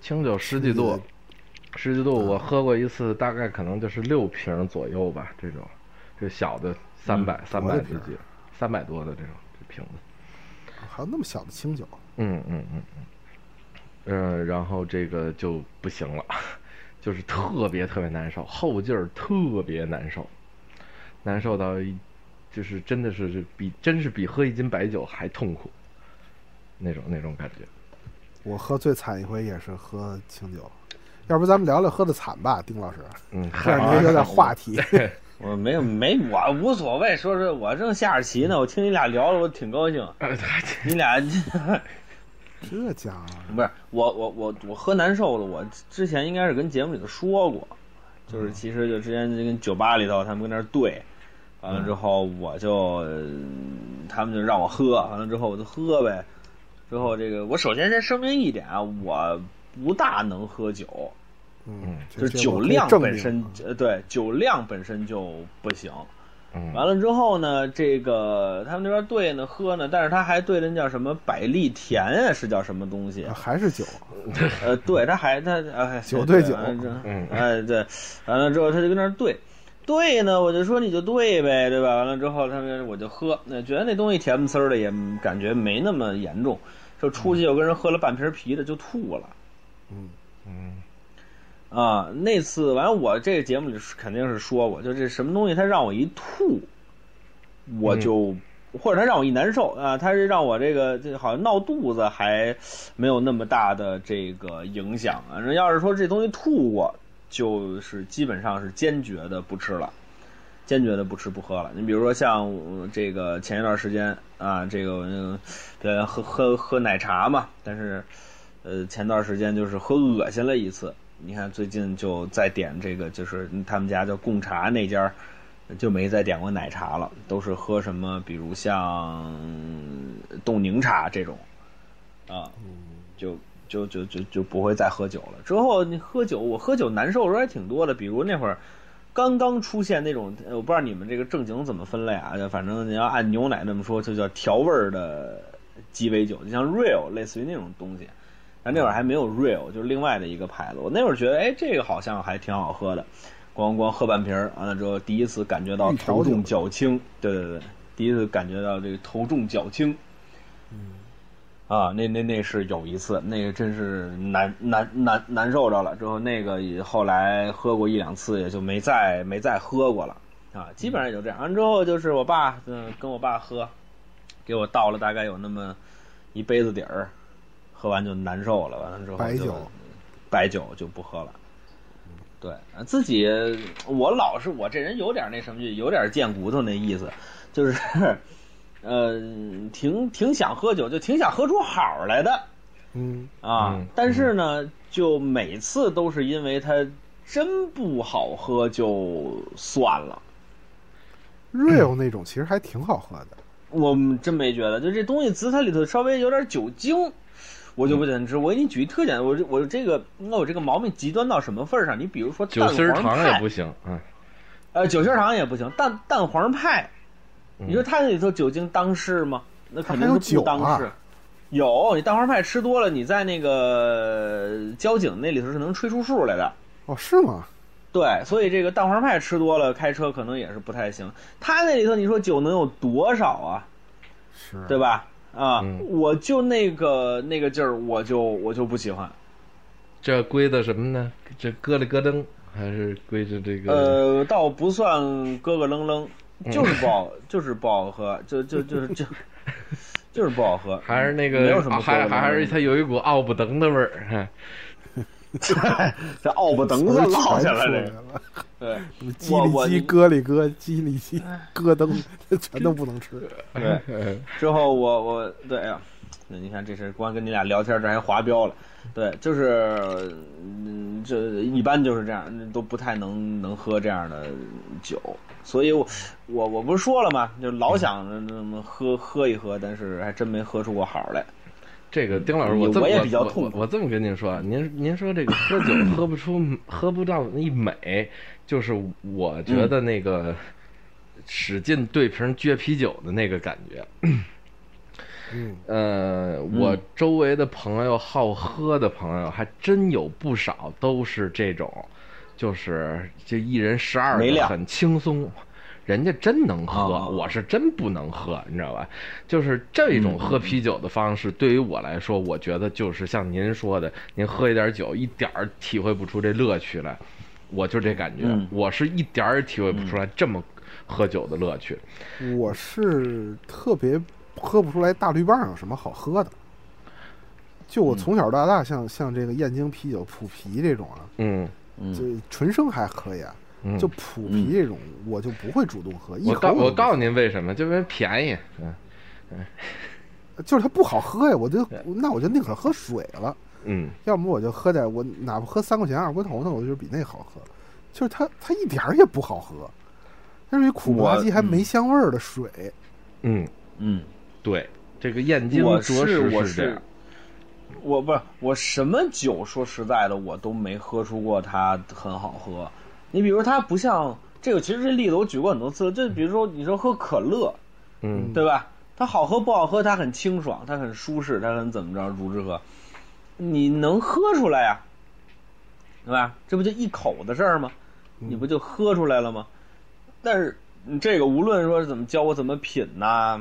清酒十几度，啊十几度我喝过一次，大概可能就是六瓶左右吧，这种，就小的三百三我百嗯的几瓶儿几，三百多的这种这瓶子。还有那么小的清酒，嗯嗯嗯嗯，嗯，然后这个就不行了， [laughs] 就是特别特别难受，后劲儿特别难受，难受到一就是真的是是比真是比喝一斤白酒还痛苦，那种那种感觉。我喝最惨一回也是喝清酒，要不咱们聊聊喝的惨吧，丁老师，嗯，这样您有 [laughs] 点话题。我没有没我无所谓，说是我正下着棋呢，我听你俩聊了，我挺高兴。呃你俩这家伙，不是我我我我喝难受了，我之前应该是跟节目里头说过，嗯就是其实就之前就跟酒吧里头他们跟那儿对，完嗯了之后我就、呃他们就让我喝，完了之后我就喝呗。之后这个我首先先声明一点啊，我不大能喝酒，嗯，这就是这酒我可以量证本明身啊呃对酒量本身就不行。嗯完了之后呢，这个他们那边兑呢喝呢，但是他还兑的那叫什么百利甜啊，是叫什么东西啊？还是酒， [laughs] 呃，对，他还他哎，酒对酒完了之后嗯哎对，完了之后他就跟那儿兑，兑呢我就说你就兑呗，对吧？完了之后他们我就喝，那觉得那东西甜不呲儿的，也感觉没那么严重，就出去又跟人喝了半瓶啤的就吐了。嗯，嗯啊，那次完了我这个节目里是肯定是说过，就这什么东西，它让我一吐，我就、或者它让我一难受啊，它是让我这个这好像闹肚子还没有那么大的这个影响啊。人要是说这东西吐过，就是基本上是坚决的不吃了。坚决的不吃不喝了。你比如说像我这个前一段时间啊，这个我那个呃喝喝喝奶茶嘛，但是呃前段时间就是喝恶心了一次。你看最近就再点这个，就是他们家叫贡茶那家儿，就没再点过奶茶了，都是喝什么，比如像冻柠茶这种啊，嗯就。就就就就不会再喝酒了。之后你喝酒，我喝酒难受的时候还挺多的，比如那会儿刚刚出现那种，呃我不知道你们这个正经怎么分类啊，就反正你要按牛奶那么说，就叫调味儿的鸡尾酒，就像 Real 类似于那种东西。但那会儿还没有 Real，就是另外的一个牌子。我那会儿觉得，哎，这个好像还挺好喝的，咣咣喝半瓶儿，完了之后第一次感觉到预调头酒重脚轻，对对对，第一次感觉到这个头重脚轻。嗯啊，那那那是有一次，那个真是难难难难受着了。之后那个也后来喝过一两次，也就没再没再喝过了啊。基本上也就这样。完之后就是我爸，嗯、跟我爸喝，给我倒了大概有那么一杯子底儿，喝完就难受了。完了之后白就酒白酒就不喝了。对，呃自己我老是我这人有点那什么，就有点贱骨头那意思，就是，呃，挺挺想喝酒，就挺想喝出好儿来的嗯，啊。嗯但是呢，就每次都是因为它真不好喝就算了， real 那种其实还挺好喝的，我们真没觉得，就这东西姿态里头稍微有点酒精，我就不想吃。嗯我给你举一特点，我这我这个那我这个毛病极端到什么份儿上？你比如说酒蛋心儿黄糖派也不行，嗯呃，酒心儿糖也不行，蛋蛋黄派，你说它那里头酒精当事吗？那肯定是不当嗯它还有事。酒啊有你蛋黄派吃多了，你在那个呃交警那里头是能吹出数来的。哦，是吗？对，所以这个蛋黄派吃多了，开车可能也是不太行。它那里头你说酒能有多少啊？是，对吧？啊，嗯我就那个那个劲儿，我就我就不喜欢。这归的什么呢？这咯里咯噔还是归着这个？呃，倒不算咯咯楞楞，嗯就是不好， [laughs] 就是不好喝，就就就是 [laughs] 就就是不咯咯楞楞还是那没有个啊什，么咯咯还楞楞，还是它有一股奥不登的味儿，哈 [laughs] [laughs] 这奥不等子落下全来出来这个。了，对什么鸡我里我鸡、咯里咯、鸡里鸡、咯噔，这全都不能吃。对，嗯之后我我对哎呀，那你看这是光跟你俩聊天，这还滑标了。对，就是嗯，这一般就是这样，都不太能能喝这样的酒。所以我我我不是说了吗？就老想着那么喝喝一喝，但是还真没喝出过好来。这个丁老师，我这么我也比较痛我苦我我这么跟您说啊，您您说这个喝 [clears throat] 酒喝不出喝不到一美，就是我嗯觉得那个使劲对瓶撅啤酒的那个感觉。嗯，呃，我周围的朋友好喝的朋友还真有不少，都是这种，就是这一人十二没个，量很轻松。人家真能喝，啊我是真不能喝，你知道吧？就是这种喝啤酒的方式，对于我来说，我觉得就是像您说的，您喝一点酒，一点儿体会不出这乐趣来，我就这感觉，嗯我是一点儿也体会不出来这么喝酒的乐趣。我是特别喝不出来大绿棒有什么好喝的。就嗯我从小到大，像像这个燕京啤酒、普啤这种啊，嗯就嗯，纯生还可以啊，嗯，就普啤这种，我就不会主动喝，一我口告我都不告诉您为什么，就因为便宜。嗯就是它不好喝呀，我就那我就宁可喝水了，嗯，要么我就喝点我哪怕喝三块钱二锅头呢，我觉得比那好喝，就是它它一点儿也不好喝，它是一苦不拉我几还嗯没香味儿的水，嗯，嗯，对，这个燕京我着是实我这样。我不是我什么酒，说实在的，我都没喝出过它很好喝。你比如它不像这个，其实这例子我举过很多次了。就比如说你说喝可乐，嗯对吧？它好喝不好喝，它很清爽，它很舒适，它很怎么着，如之喝，你能喝出来呀、对吧？这不就一口的事儿吗？你不就喝出来了吗？但是你这个无论说是怎么教我怎么品呐、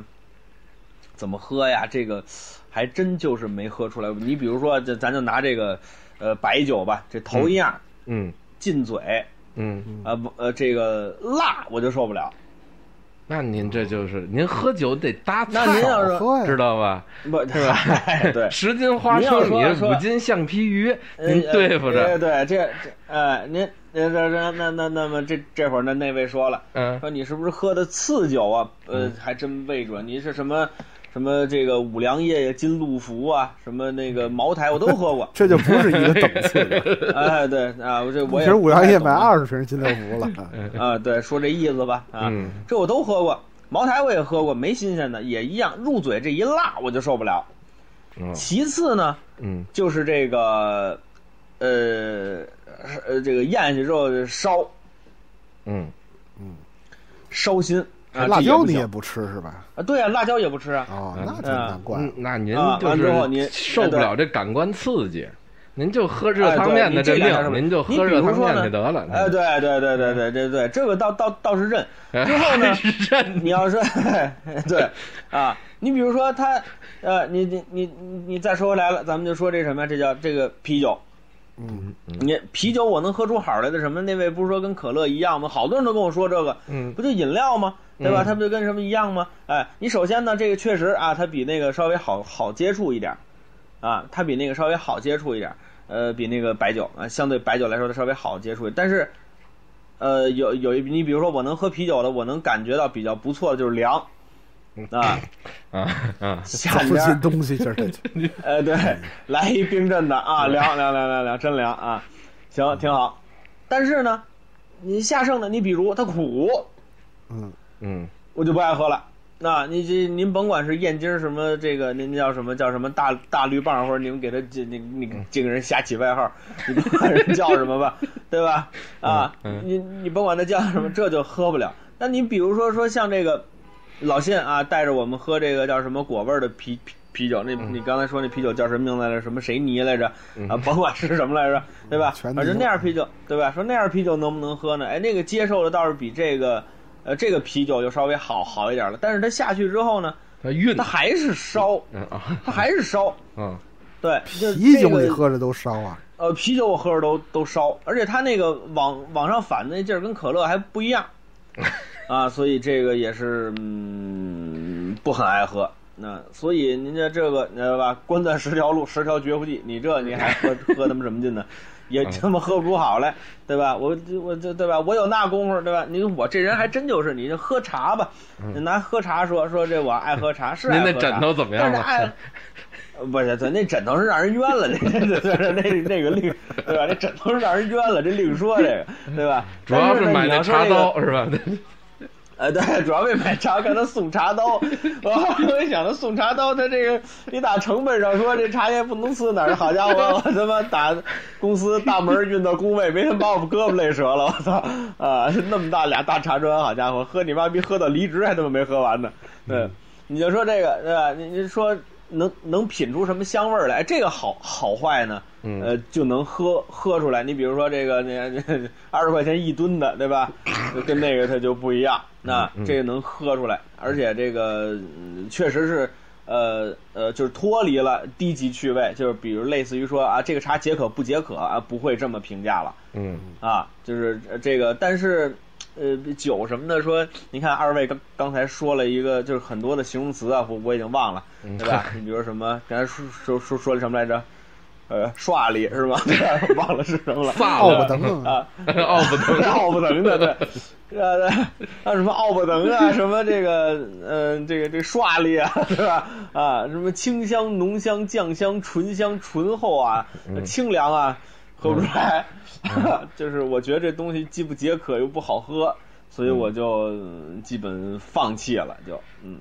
怎么喝呀，这个还真就是没喝出来。你比如说，这咱就拿这个呃白酒吧，这头一样、嗯进嘴，嗯，呃不呃这个辣我就受不了。那您这就是您喝酒得搭菜，啊那您要好是喝呀，。哎知道吧？不是吧？ [laughs] 对，十斤花您要生说米，说啊五斤橡皮鱼，呃您对付呃着。对，这这呃，您您这这那那那么这这会儿那那位说了，嗯说你是不是喝的次酒啊？呃，还真未准，你是什么什么这个五粮液呀、金鹿福啊，什么那个茅台我都喝 [laughs] 过这就不是一个等次的。哎，对啊，我这我其也实五粮液买买二十瓶金六福了，啊，对，说这意思吧啊，嗯这我都喝过，茅台我也喝过，没新鲜的，也一样，入嘴这一辣我就受不了。嗯其次呢，嗯就是这个，呃，呃，这个咽下去之后烧嗯，烧心，啊辣这椒不你行也不吃是吧？啊，对啊，辣椒也不吃啊，哦，嗯那就难怪了嗯。那您啊就完之后您是受不哎对了这感官刺激，您就喝热哎汤对面你的这命两样，是您就你喝比热如汤说面呢去得了。，哎，对对对对对对对，这个倒倒倒是认。之后呢 [laughs] 是 [laughs] 真你要说 [laughs] 对啊，你比如说他，呃，你你你你你再说回来了，咱们就说这什么呀，这叫这个啤酒。嗯，你啤酒我能喝出好来的什么？那位不是说跟可乐一样吗？好多人都跟我说这个，嗯不就饮料吗？对吧？嗯它不就跟什么一样吗？哎，你首先呢，这个确实啊，它比那个稍微好好接触一点儿，啊，它比那个稍微好接触一点儿，呃，比那个白酒啊，相对白酒来说它稍微好接触，但是，呃，有有一你比如说我能喝啤酒的，我能感觉到比较不错的就是凉，啊，啊啊，下造不边进儿东西就是这就 [laughs] 呃，对，来一冰镇的啊，凉凉凉凉凉，真凉啊，行，挺好。但是呢，你下剩的，你比如它苦，嗯，嗯我就不爱喝了。那、你这您甭管是燕京儿什么这个，您叫什么叫什么大大绿棒，或者你们给他这你你嗯这个人瞎起外号，你甭管人叫什么 [laughs] 吧，对吧？啊，嗯你你甭管他叫什么，这就喝不了。那你比如说说像这个老信啊，带着我们喝这个叫什么果味儿的啤啤啤酒，那嗯你刚才说那啤酒叫什么名来着？什么谁泥来着？啊， [laughs] 甭管是什么来着，对吧？全反泥正那样啤酒，对吧？说那样啤酒能不能喝呢？哎，那个接受的倒是比这个，呃，这个啤酒就稍微好好一点了。但是它下去之后呢，他晕它还是烧，嗯啊它还是烧。啊对，就啤酒这你个喝着都烧啊。呃，啤酒我喝着都都烧，而且它那个往往上反的那劲儿跟可乐还不一 [laughs] 样，啊，所以这个也是嗯不很爱喝。那所以您这这个你知道吧，关在十条路，十条绝户地，你这你还 [laughs] 喝喝他妈什么劲呢？也他妈喝不出好来，嗯对吧？我我这对吧？我有那功夫，对吧？你我这人还真就是，你就喝茶吧，你拿喝茶说说这我爱喝茶，是爱嗯您喝那茶。枕头怎么样但了是爱，呃不是，咱那枕头是让人冤了，那那那那个另对吧？那枕头是让人冤了，这另说这个对吧？主要但是呢买你那要说 [laughs] 茶这个刀是吧？呃，对，主要为买茶，看他送茶刀，我后来我一想，他送茶刀，他这个你打成本上说这茶叶不能吃哪儿，好家伙，我他妈打公司大门运到工位，没他妈把我们胳膊累折了，我操啊！那么大俩大茶砖，好家伙，喝你妈逼喝到离职还他妈没喝完呢，对，你就说这个对吧？你你说能能品出什么香味儿来？这个好好坏呢？嗯呃，就能喝喝出来。你比如说这个，你二十块钱一吨的，对吧？跟那个它就不一 [laughs] 样。那嗯嗯这个能喝出来，而且这个嗯确实是，呃呃，就是脱离了低级趣味，就是比如类似于说啊，这个茶解渴不解渴啊，不会这么评价了。嗯啊，就是呃这个，但是。呃，酒什么的说，你看二位刚刚才说了一个，就是很多的形容词啊，我我已经忘了，嗯对吧？你比如什么，刚才说说说说了什么来着？呃，刷里是吧？ [laughs] 忘了是什么了。发奥不腾啊，啊，奥不腾，奥不腾的对，呃，还有什么奥不腾啊，什么这个，嗯、这个这刷力啊，对吧？啊，什么清香、浓香、酱香、醇香、醇厚啊，清凉啊，喝不出来。就是我觉得这东西既不解渴又不好喝，所以我就、嗯基本放弃了，就嗯，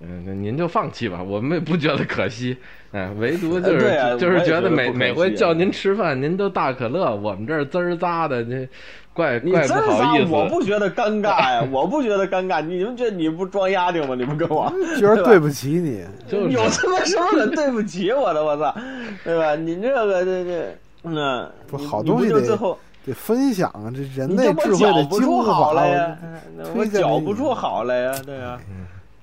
嗯，那您就放弃吧，我们也不觉得可惜，哎，唯独就是、对啊就是我觉也觉得每不可惜啊每回叫您吃饭，您都大可乐，我们这儿滋儿咋的，这怪你怪真好仨意思。我不觉得尴尬呀，我不觉得尴尬，你们这你不装丫丁吗？你们跟我。觉得对不起你，就是有他妈什么 [laughs] 可对不起我的？我操，对吧？你这个这这，嗯，不你好你不东西就得最后得分享啊，这人你类这智我慧搅的不精出好华来呀，嗯我推荐搅给不你出好来呀，对啊，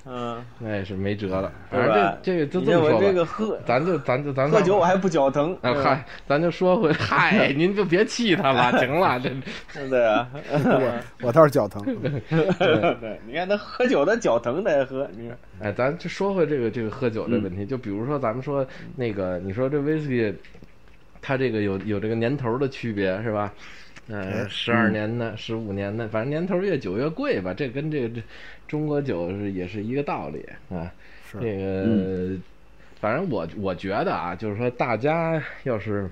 嗯，那哎也是没辙了。反对吧正？这这个就你这么我说吧，这个喝咱就咱就咱喝酒我还不脚疼，啊嗯嗨，咱就说回嗨， [laughs] 您就别气他了，行了，这对 [laughs] 啊，我倒是脚疼， [laughs] 对，你看他喝酒他脚疼他也喝，你看，哎，咱就说回这个这个喝酒这嗯问题，就比如说咱们说那个，你说这威士忌，它这个有有这个年头的区别是吧？嗯，哎十二年的、十五年的，反正年头越久越贵吧，这跟这个这中国酒是也是一个道理啊。是嗯这个，反正我我觉得啊，就是说大家要是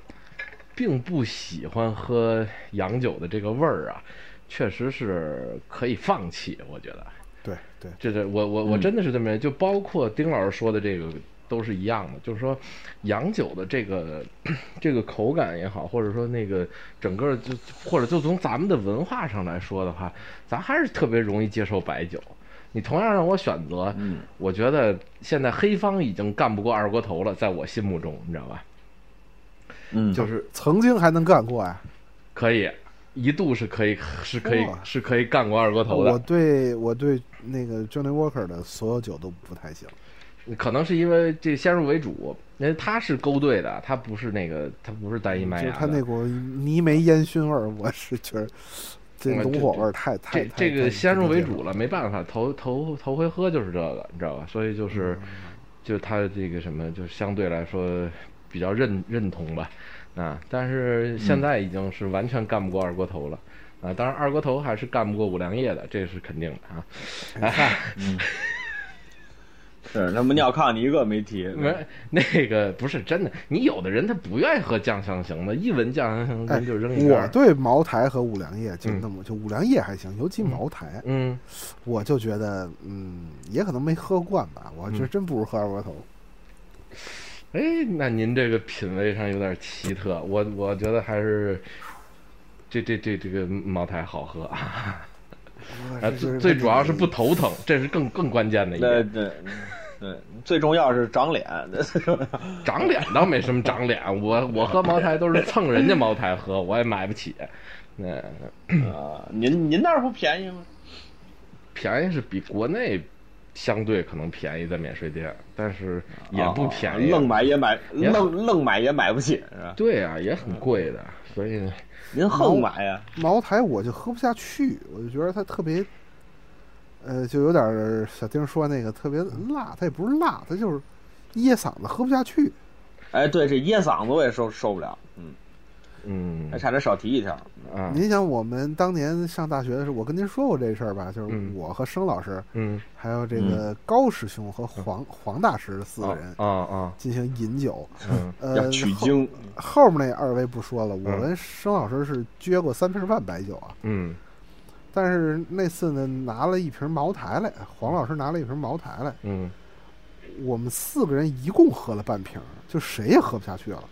并不喜欢喝洋酒的这个味儿啊，确实是可以放弃，我觉得。对对，这这，我我我嗯真的是这么认为，就包括丁老师说的这个都是一样的，就是说洋酒的这个这个口感也好，或者说那个整个就或者就从咱们的文化上来说的话，咱还是特别容易接受白酒。你同样让我选择，嗯我觉得现在黑方已经干不过二锅头了，在我心目中，你知道吧？嗯就是曾经还能干过呀、啊可以一度是可以是可以哇是可以干过二锅头的我。对我对那个 Johnny Walker 的所有酒都不太行，可能是因为这先入为主，因为他是勾兑的，他不是那个，他不是单一嗯麦就是芽的。他那股泥煤烟熏味儿，我是觉得这我龙这火味儿太太这太这太个先入为太主了，没办法，头头头回喝就是这个，你知道吧？所以就是，嗯就他这个什么，就相对来说比较认认同吧，啊，但是现在已经是完全干不过二锅头了。嗯啊，当然二锅头还是干不过五粮液的，这是肯定的啊。是他妈尿炕你一个没提，没嗯那个不是真的，你有的人他不愿意喝酱香型的，一闻酱香型哎人就扔一边我儿。对茅台和五粮液就嗯那么、就五粮液还行，尤其茅台，嗯，我就觉得嗯，也可能没喝惯吧，我嗯觉得真不如喝二锅头。哎，那您这个品味上有点奇特，我我觉得还是这这这这个茅台好喝啊，我 [laughs] 啊这就最是最主要是不头疼，这是更更关键的一对点。对对，最重要是长脸， [laughs] 啊长脸倒没什么长脸，我我喝茅台都是蹭人家茅台喝，我也买不起。那啊，您您那儿不便宜吗？便宜是比国内相对可能便宜在免税店，但是也不便宜，哦愣买也买，也愣愣买也买不起是吧？对啊，也很贵的，所以您横买啊呀、茅台，我就喝不下去，我就觉得它特别，呃，就有点儿小丁说那个特别嗯辣，它也不是辣，它就是噎嗓子，喝不下去。哎，对，这噎嗓子我也受受不了，嗯，嗯还差点少提一条。啊您想，我们当年上大学的时候，我跟您说过这事儿吧，就是嗯我和生老师，嗯还有这个高师兄和黄黄大师四个人啊啊进行饮酒，嗯要呃，取后经，后面那二位不说了，我跟生老师是撅过三瓶半白酒啊。嗯但是那次呢，拿了一瓶茅台来，黄老师拿了一瓶茅台来，嗯，我们四个人一共喝了半瓶儿，就谁也喝不下去了，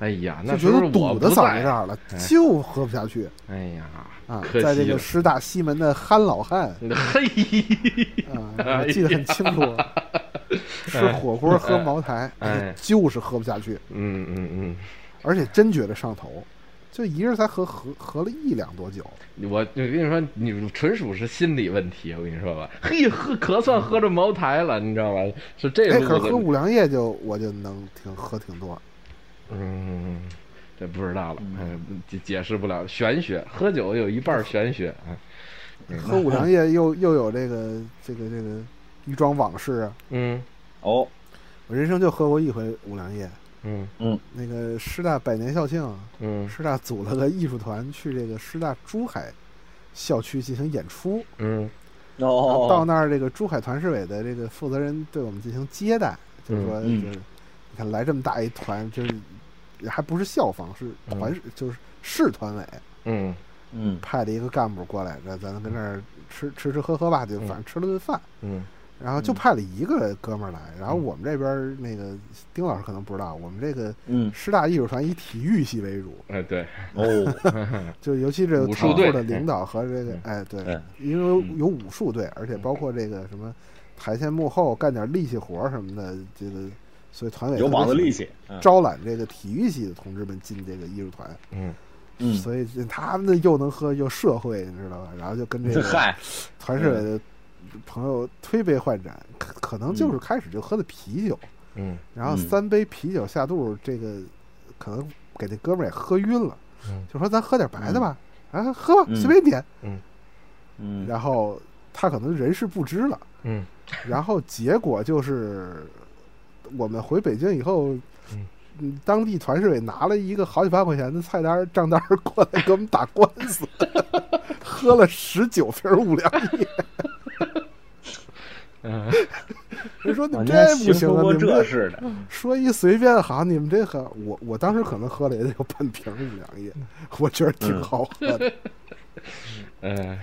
哎呀，那就觉得时候我堵不得嗓子在这儿了哎，就喝不下去哎呀，啊可。惜在这个了师大西门的憨老汉嘿，啊，哎我记得很清楚，啊 [laughs] 吃火锅喝茅台，哎就是喝不下去， [laughs] 嗯嗯而且真觉得上头，就一人才喝喝喝了一两多酒，嗯，我我跟你说，你们纯属是心理问题，我跟你说吧， [laughs] 嘿，喝可算喝着茅台了，你知道吧？是这哎，路可是子喝五粮液就我就能挺喝挺多，嗯，这不知道了，嗯，解解释不了，玄学，喝酒有一半儿玄学啊。喝五粮液又又有这个这个这个一桩往事啊，嗯哦，我人生就喝过一回五粮液。嗯那个师大百年校庆，嗯师大组了个艺术团去这个师大珠海校区进行演出，嗯然后到哦，那儿，这个珠海团市委的这个负责人对我们进行接待，就是说，嗯就是你看来这么大一团，就是还不是校方，是团，就是市团委嗯嗯派了一个干部过来，那咱跟那儿吃吃吃喝喝吧，就嗯反正吃了顿饭，嗯然后就嗯派了一个哥们儿来，然后我们这边儿那个丁老师可能不知道，我们这个嗯，师大艺术团以体育系为主，哎对，哦，就尤其这个武团术部队的领导和这个嗯，哎，对对，因为嗯有武术队，而且包括这个什么台前幕后干点力气活儿什么的，这个所以团委有膀子力气， [laughs] 气，嗯招揽这个体育系的同志们进这个艺术团，嗯嗯，所以这他们又能喝又社会，你知道吧？然后就跟这 [laughs] 个嗨，团市委的朋友推杯换盏，可可能就是开始就喝的啤酒，嗯然后嗯三杯啤酒下肚，这个可能给那哥们儿也喝晕了嗯，就说咱喝点白的吧，啊，喝吧，随便点。嗯，然后他可能人事不知了，嗯然后结果就是我们回北京以后嗯。嗯，当地团市委拿了一个好几万块钱的菜单账单儿过来给我们打官司， [laughs] 喝了十九瓶五粮液。 [laughs] 嗯人说你我们今天这不听行说啊，过你们这这事的，说一随便好，你们这个我我当时可能喝了也得有半瓶五粮液，我觉得挺好喝的，呃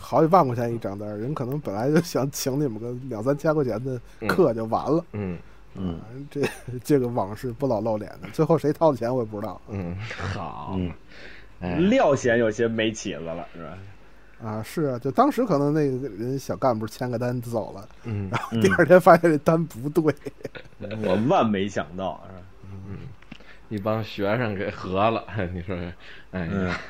好几万块钱一账单，人可能本来就想请你们个两三千块钱的课就完了，嗯嗯啊这这个往事不老露脸的，最后谁掏的钱我也不知道嗯好，嗯哎料显有些没起子了，是吧？啊，是啊，就当时可能那个人小干部签个单走了，嗯然后第二天发现这单不对，我万没想到，是吧？一帮学生给合了， [laughs] 你说哎嗯呀，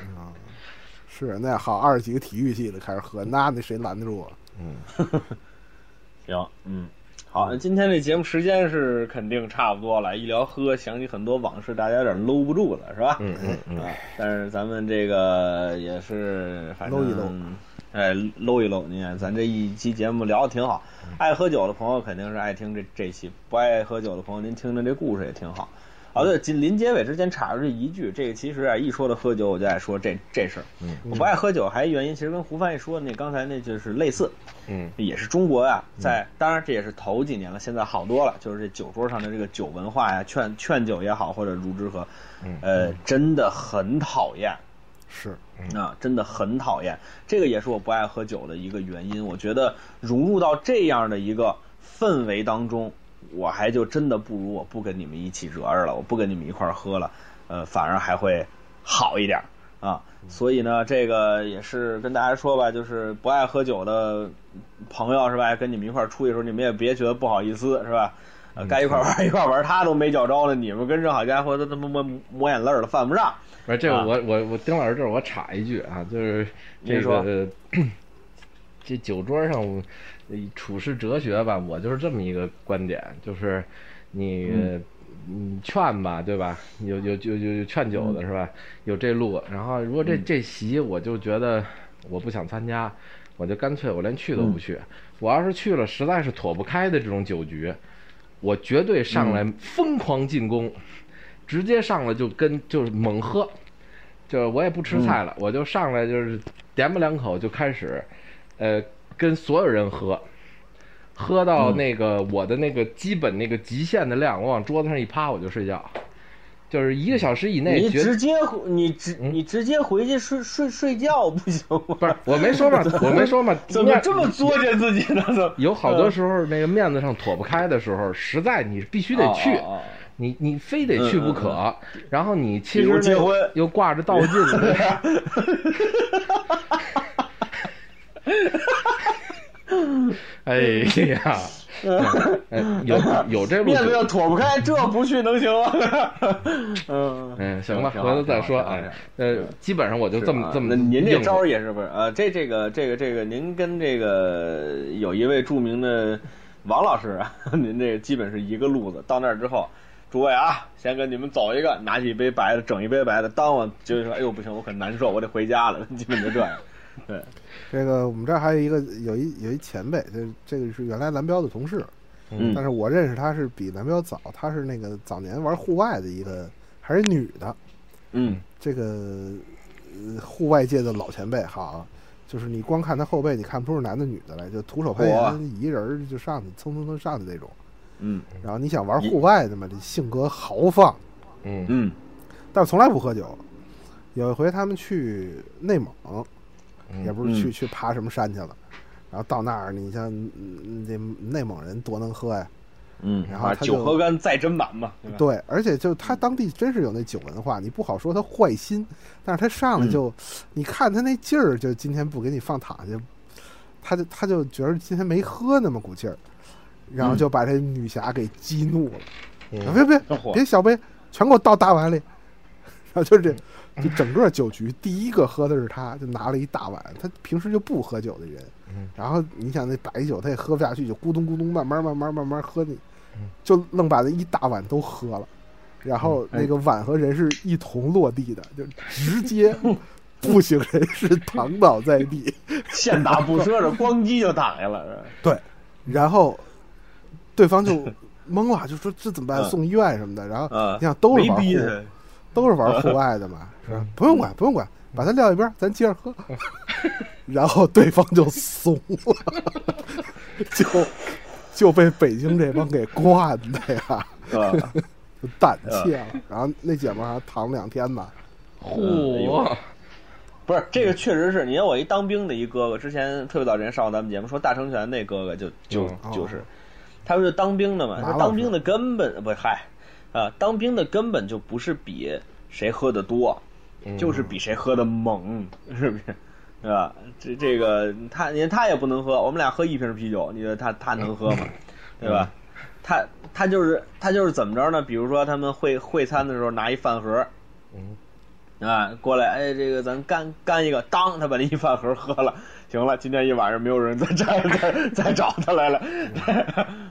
是那好二十几个体育系的开始喝，那那谁拦得住啊？嗯行，嗯，好，今天这节目时间是肯定差不多了，一聊喝，想起很多往事，大家有点搂不住了，是吧？嗯嗯嗯 [laughs] 啊，但是咱们这个也是，反正搂一搂，哎，搂一搂。你看，咱这一期节目聊的挺好，嗯爱喝酒的朋友肯定是爱听这这期，不爱喝酒的朋友，您听着这故事也挺好。哦，嗯对，紧临结尾之前插出这一句，这个其实啊，一说到喝酒，我就爱说这这事儿。嗯我不爱喝酒，还原因其实跟胡帆一说的那刚才那就是类似，嗯也是中国啊，在当然这也是头几年了，现在好多了，就是这酒桌上的这个酒文化呀，劝劝酒也好，或者如之何，呃，真的很讨厌是，啊，真的很讨厌。这个也是我不爱喝酒的一个原因。我觉得融入到这样的一个氛围当中，我还就真的不如我不跟你们一起惹儿了，我不跟你们一块儿喝了，呃，反而还会好一点儿啊。所以呢，这个也是跟大家说吧，就是不爱喝酒的朋友是吧，跟你们一块儿出去的时候，你们也别觉得不好意思是吧？呃，该一块儿玩儿一块儿玩儿，他都没觉着呢，你们跟这好家伙都他妈抹抹眼泪儿了，犯不上。不是这啊个我我我丁老师这儿我插一句啊，就是这您说个这酒桌上我呃处世哲学吧，我就是这么一个观点，就是你。嗯你劝吧，对吧？有有有有有劝酒嗯的是吧？有这路，然后如果这这席我就觉得我不想参加，我就干脆我连去都嗯不去。我要是去了，实在是躲不开的这种酒局，我绝对上嗯来疯狂进攻，直接上来就跟就是猛喝，就是我也不吃菜嗯了，我就上来就是点吧两口就开始，呃，跟所有人喝，喝到那个我的那个基本那个极限的量，我往桌子上一趴我就睡觉，就是一个小时以内你绝直接你直嗯你直接回去睡睡睡觉不行 [laughs] 不吗？是我没 [laughs] 说嘛，我没说嘛，怎么面这么嗯作践自己呢？怎么有好多时候那个面子上躲不开的时候，实在你必须得去，哦哦哦你你非得去不可。然后你嗯其比实如呢结婚又挂着道尽的， [laughs] 哎呀，哎有有这哦路面子子要躲不开，这不去能行吗？ [laughs] 嗯，嗯，行吧，挺回好头再说。挺好挺哎好，呃，基本上我就这么是啊这么那您这应付招儿也是不是啊？这这个这个这个，您跟这个有一位著名的王老师啊， [laughs] 您这基本是一个路子。到那儿之后，诸位啊，先跟你们走一个，拿起一杯白的，整一杯白的。当我就是说，哎呦不行，我很难受，我得回家了， [laughs] 基本就这样。对，这个我们这儿还有一个有一有一前辈，这这个是原来蓝标的同事，嗯但是我认识她是比蓝标早，她是那个早年玩户外的一个，还是女的，嗯这个、呃、户外界的老前辈哈啊，就是你光看她后背，你看不出男的女的来，就徒手攀哇岩，一人儿就上去，蹭蹭蹭上去那种。嗯然后你想玩户外的嘛，这性格豪放，嗯嗯但是从来不喝酒。有一回他们去内蒙，嗯也不是去嗯去爬什么山去了，然后到那儿，你像嗯这内蒙人多能喝呀，嗯，然后啊他就酒喝干再斟满嘛，对吧？对，而且就他当地真是有那酒文化，你不好说他坏心，但是他上来嗯就，你看他那劲儿，就今天不给你放躺下，他就他就觉得今天没喝那么股劲儿，然后嗯就把这女侠给激怒了，嗯啊别别这火别小杯，全给我倒大碗里， [laughs] 然后就是这，就整个酒局第一个喝的是他，就拿了一大碗，他平时就不喝酒的人嗯，然后你想那白酒他也喝不下去，就咕咚咕咚慢慢慢慢慢慢喝你，嗯就愣把那一大碗都喝了，然后哎那个碗和人是一同落地的，就直 [laughs] 接不省人事躺倒在地，现打不折的，咣叽就躺下了。是吧对，然后对方就懵了，就说这怎么办？嗯送医院什么的，然后嗯你想都是没玩逼户他，都是玩户外的嘛，是吧？不用管，不用管，把它撂一边儿，咱接着喝。 [laughs] 然后对方就怂了， [laughs] 就就被北京这帮给惯的呀，是 [laughs] 吧？就胆怯了。然后那姐们儿还躺了两天吧，嚯，哎不是，这个确实是。你看我一当兵的一哥哥，之前特别早之前上过咱们节目，说大成拳那哥哥就就嗯就是哦，他不是当兵的嘛？马他老当兵的根本不是嗨，啊，当兵的根本就不是比谁喝的多，嗯 [laughs] 就是比谁喝的猛，是不是？对吧？这这个他，你看他也不能喝，我们俩喝一瓶啤酒，你觉得他他能喝吗？对吧？嗯他他就是他就是怎么着呢？比如说他们会会餐的时候拿一饭盒，嗯啊，过来，哎，这个咱干干一个，当他把那一饭盒喝了，行了，今天一晚上没有人再再再再找他来了，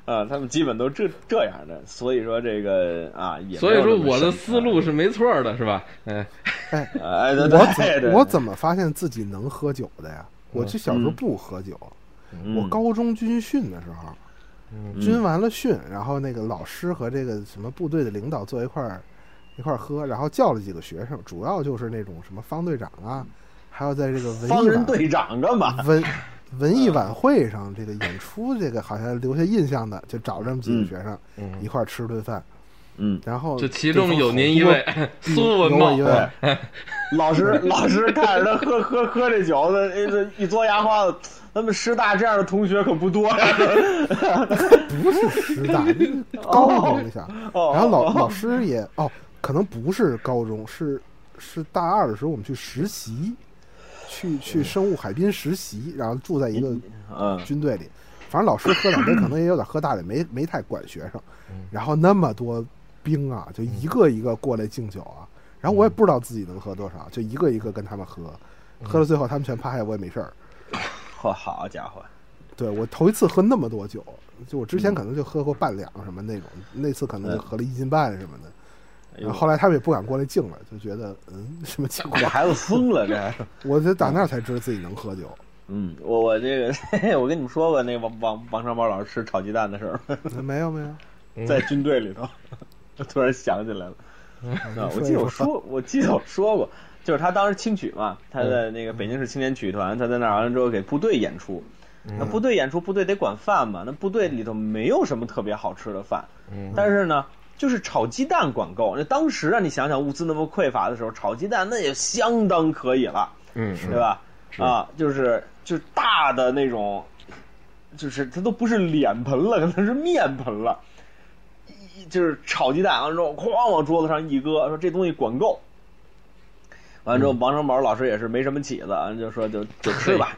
嗯 [laughs] 啊，他们基本都这这样的，所以说这个啊，也没有所以说我那么的神啊思路是没错的，是吧？哎，哎，哎，对对我对对怎我怎么发现自己能喝酒的呀？我就小时候不喝酒，嗯我高中军训的时候，嗯军完了训，然后那个老师和这个什么部队的领导坐一块儿一块儿喝，然后叫了几个学生，主要就是那种什么方队长啊，还有在这个文嗯方艺人晚队长干嘛？文文艺晚会上这个演出，这个好像留下印象的，就找这么几个学生、一块儿吃顿饭，嗯，然后就其对中方有好您一多位 [laughs] 苏文啊有我一茂，位，老师老师看着他喝喝喝这酒，他哎这一嘬牙花子，咱们师大这样的同学可不多呀。 [laughs] 不是师大，高中一下，哦然后老老师也哦，可能不是高中，是是大二的时候我们去实习，去去生物海滨实习，然后住在一个嗯军队里，反正老师喝两杯可能也有点喝大了，没没太管学生。嗯然后那么多兵啊，就一个一个过来敬酒啊，然后嗯我也不知道自己能喝多少，就一个一个跟他们喝，嗯喝到最后他们全趴下，我也没事儿。好好家伙，对我头一次喝那么多酒，就我之嗯前可能就喝过半两什么那种，那次可能就喝了一斤半什么的。哎然呦后后来他们也不敢过来敬了，就觉得嗯什么情况 [laughs] 这？孩子疯了，这孩子。我就打那儿才知道自己能喝 [laughs] 酒，嗯，我我这个，我跟你们说过那王王王长宝老师吃炒鸡蛋的事儿，没有没有，在军队里头， [laughs] 我突然想起来了。啊，我记得我说，我记得我说过，就是他当时青曲嘛，他在那个北京市青年曲艺团，他在那儿完了之后给部队演出。那部嗯嗯队演出，部队得管饭嘛，那部队里头没有什么特别好吃的饭，但是呢，就是炒鸡蛋管够。那当时啊，你想想物资那么匮乏的时候，炒鸡蛋那也相当可以了，嗯，对吧？是啊，就是就是大的那种，就是它都不是脸盆了，可能是面盆了，一就是炒鸡蛋完之后，哐往桌子上一搁，说这东西管够。完之后，王成宝老师也是没什么起子，完就说就就吃吧，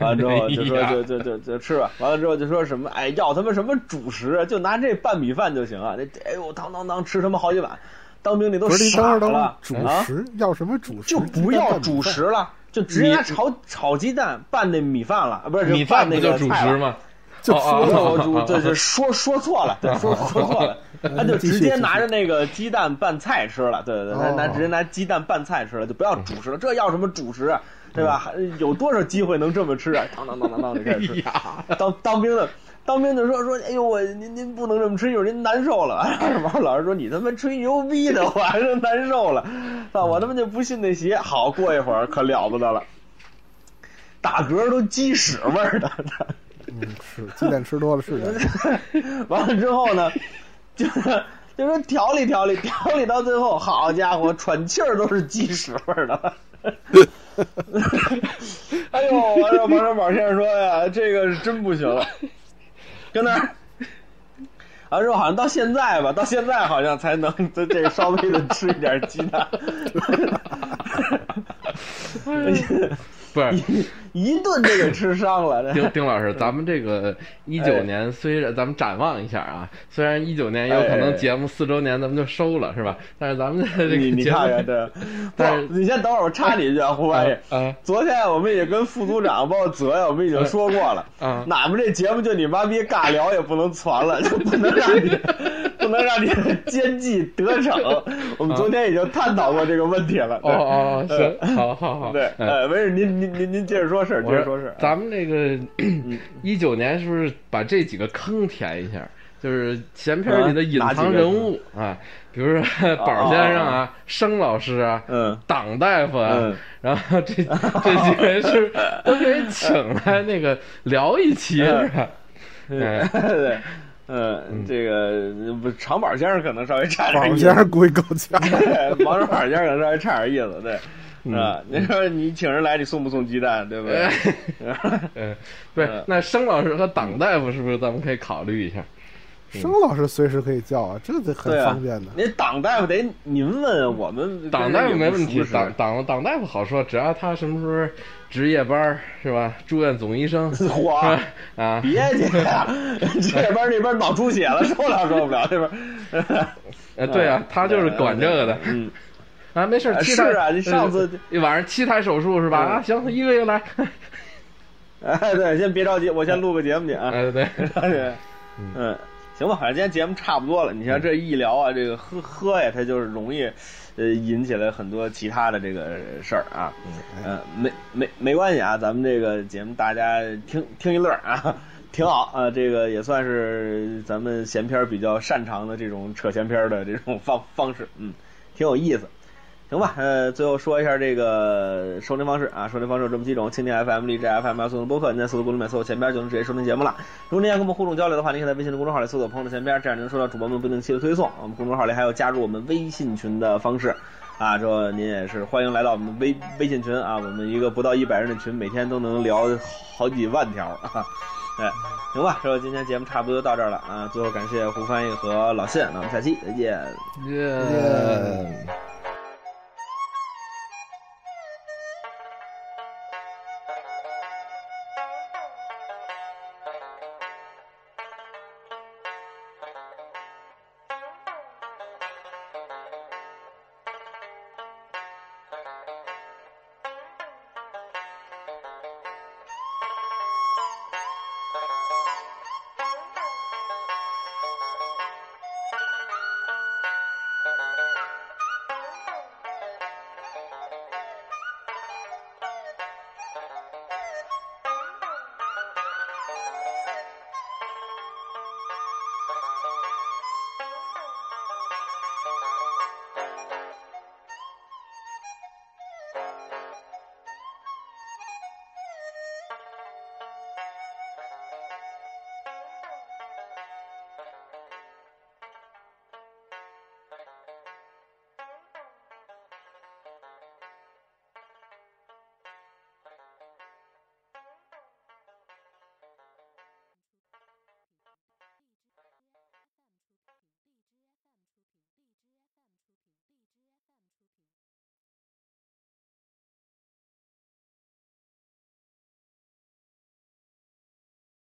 完了之后就说哎呀就就就就吃吧，完了之后就说什么哎要他妈什么主食，啊就拿这拌米饭就行啊！这这哎呦当当当吃他妈好几碗，当兵的都不是你等会傻儿等会儿了，主啊，食要什么主食？就不要主食了，就直接米拿炒炒鸡蛋拌那米饭了，啊不是米饭就拌那不就个主菜食了？吗？就哦不说是哦我主对，就说说错了，对，说说错了，他就直接拿着那个鸡蛋拌菜吃了，对对对，他拿哦直接拿鸡蛋拌菜吃了，就不要主食了，这要什么主食啊，对吧？还有多少机会能这么吃啊？当当当当当就开始哎吃，呀，当当兵的，当兵的说说，哎呦我您您不能这么吃，一会儿您难受了。王老师说你他妈吹牛逼的，我还是难受了，操我他妈就不信那邪。好，过一会儿可了不得了，打嗝都鸡屎味儿的。嗯是鸡蛋吃多了 [laughs] 是的，完了之后呢，就是就是调理调理调理到最后，好家伙，喘气儿都是鸡屎味儿的。 [laughs] 哎呦，我说王成宝先生说呀，这个是真不行了，跟那儿。完之后好像到现在吧，到现在好像才能这这个稍微的吃一点鸡蛋， [laughs] 不是， [laughs] 一顿这给吃伤了。这 [laughs] 丁丁老师，咱们这个一九哎年虽然咱们展望一下啊，虽然一九年有可哎哎能哎节目四周年咱们就收了是吧？但是咱们的这你个你节目看 [laughs] 看这，但是不，你先等会儿，我插你一句啊，胡八爷。啊嗯昨天我们也跟副组长包括泽呀，我们已经说过了，啊 [laughs] 哪怕这节目就你妈逼尬聊也不能传了，就不能让 [laughs] 你不能让你奸计得逞。我们昨天已经探讨过这个问题了。哦对哦哦，行，好好好，对，嗯呃，没事，您您您您接着说事儿，接我着说事啊嗯儿。咱们这个 [clears throat] 一九年是不是把这几个坑填一下？就是闲篇啊里的隐藏人物啊，比如说哦宝先生啊、生老师啊、嗯党大夫啊嗯，然后这这几个 [laughs] 人是都给请来那个聊一期嗯是吧？哎啊 [laughs] 对，嗯，这个不长板先生可能稍微差点网意思先，生估计够呛。对 [laughs] 王长板先生可能稍微差点意思，对。啊，你说你请人来，你送不送鸡蛋，对不对？嗯，对嗯，那生老师和党大夫是不是咱们可以考虑一下？生老师随时可以叫啊，这得嗯很对啊方便的。 [laughs] 那党大夫得您问啊我们，党大夫没问题跟人也不熟，识党党党大夫好说，只要他什么时候值夜班儿是吧？住院总 [laughs] 医生是嚯吧？啊，别介呀，这边那边脑出血了，受不了受不了，这边。呃， [laughs] 对啊，哎他就是管这个的 [laughs] 嗯，啊，没事儿，啊七是台啊你上次呃晚上七台手术是吧？嗯啊，行，一个一个来， [laughs] 哎，对，先别着急，我先录个节目去啊。[laughs] 哎对，对，嗯，行吧，反正今天节目差不多了。你像这一聊啊，这个喝喝呀，它就是容易，呃，引起来很多其他的这个事儿啊。哎嗯，没没没关系啊，咱们这个节目大家听听一乐儿啊，挺好啊。这个也算是咱们闲篇儿比较擅长的这种扯闲篇儿的这种方方式，嗯，挺有意思。行吧，呃，最后说一下这个收听方式啊，收听方式有这么几种：蜻蜓 FM、荔枝 FM、要搜索播客，您在搜索公众面搜索前边就能直接收听节目了。如果您想跟我们互动交流的话，您可以在微信的公众号里搜索“朋友的前边”，这样能收到主播们不定期的推送。我们公众号里还有加入我们微信群的方式。啊，这您也是欢迎来到我们微微信群啊，我们一个不到一百人的群，每天都能聊好几万条啊。哎，行吧，这今天节目差不多就到这儿了啊，最后感谢胡翻译和老信，那我们下期再见。耶见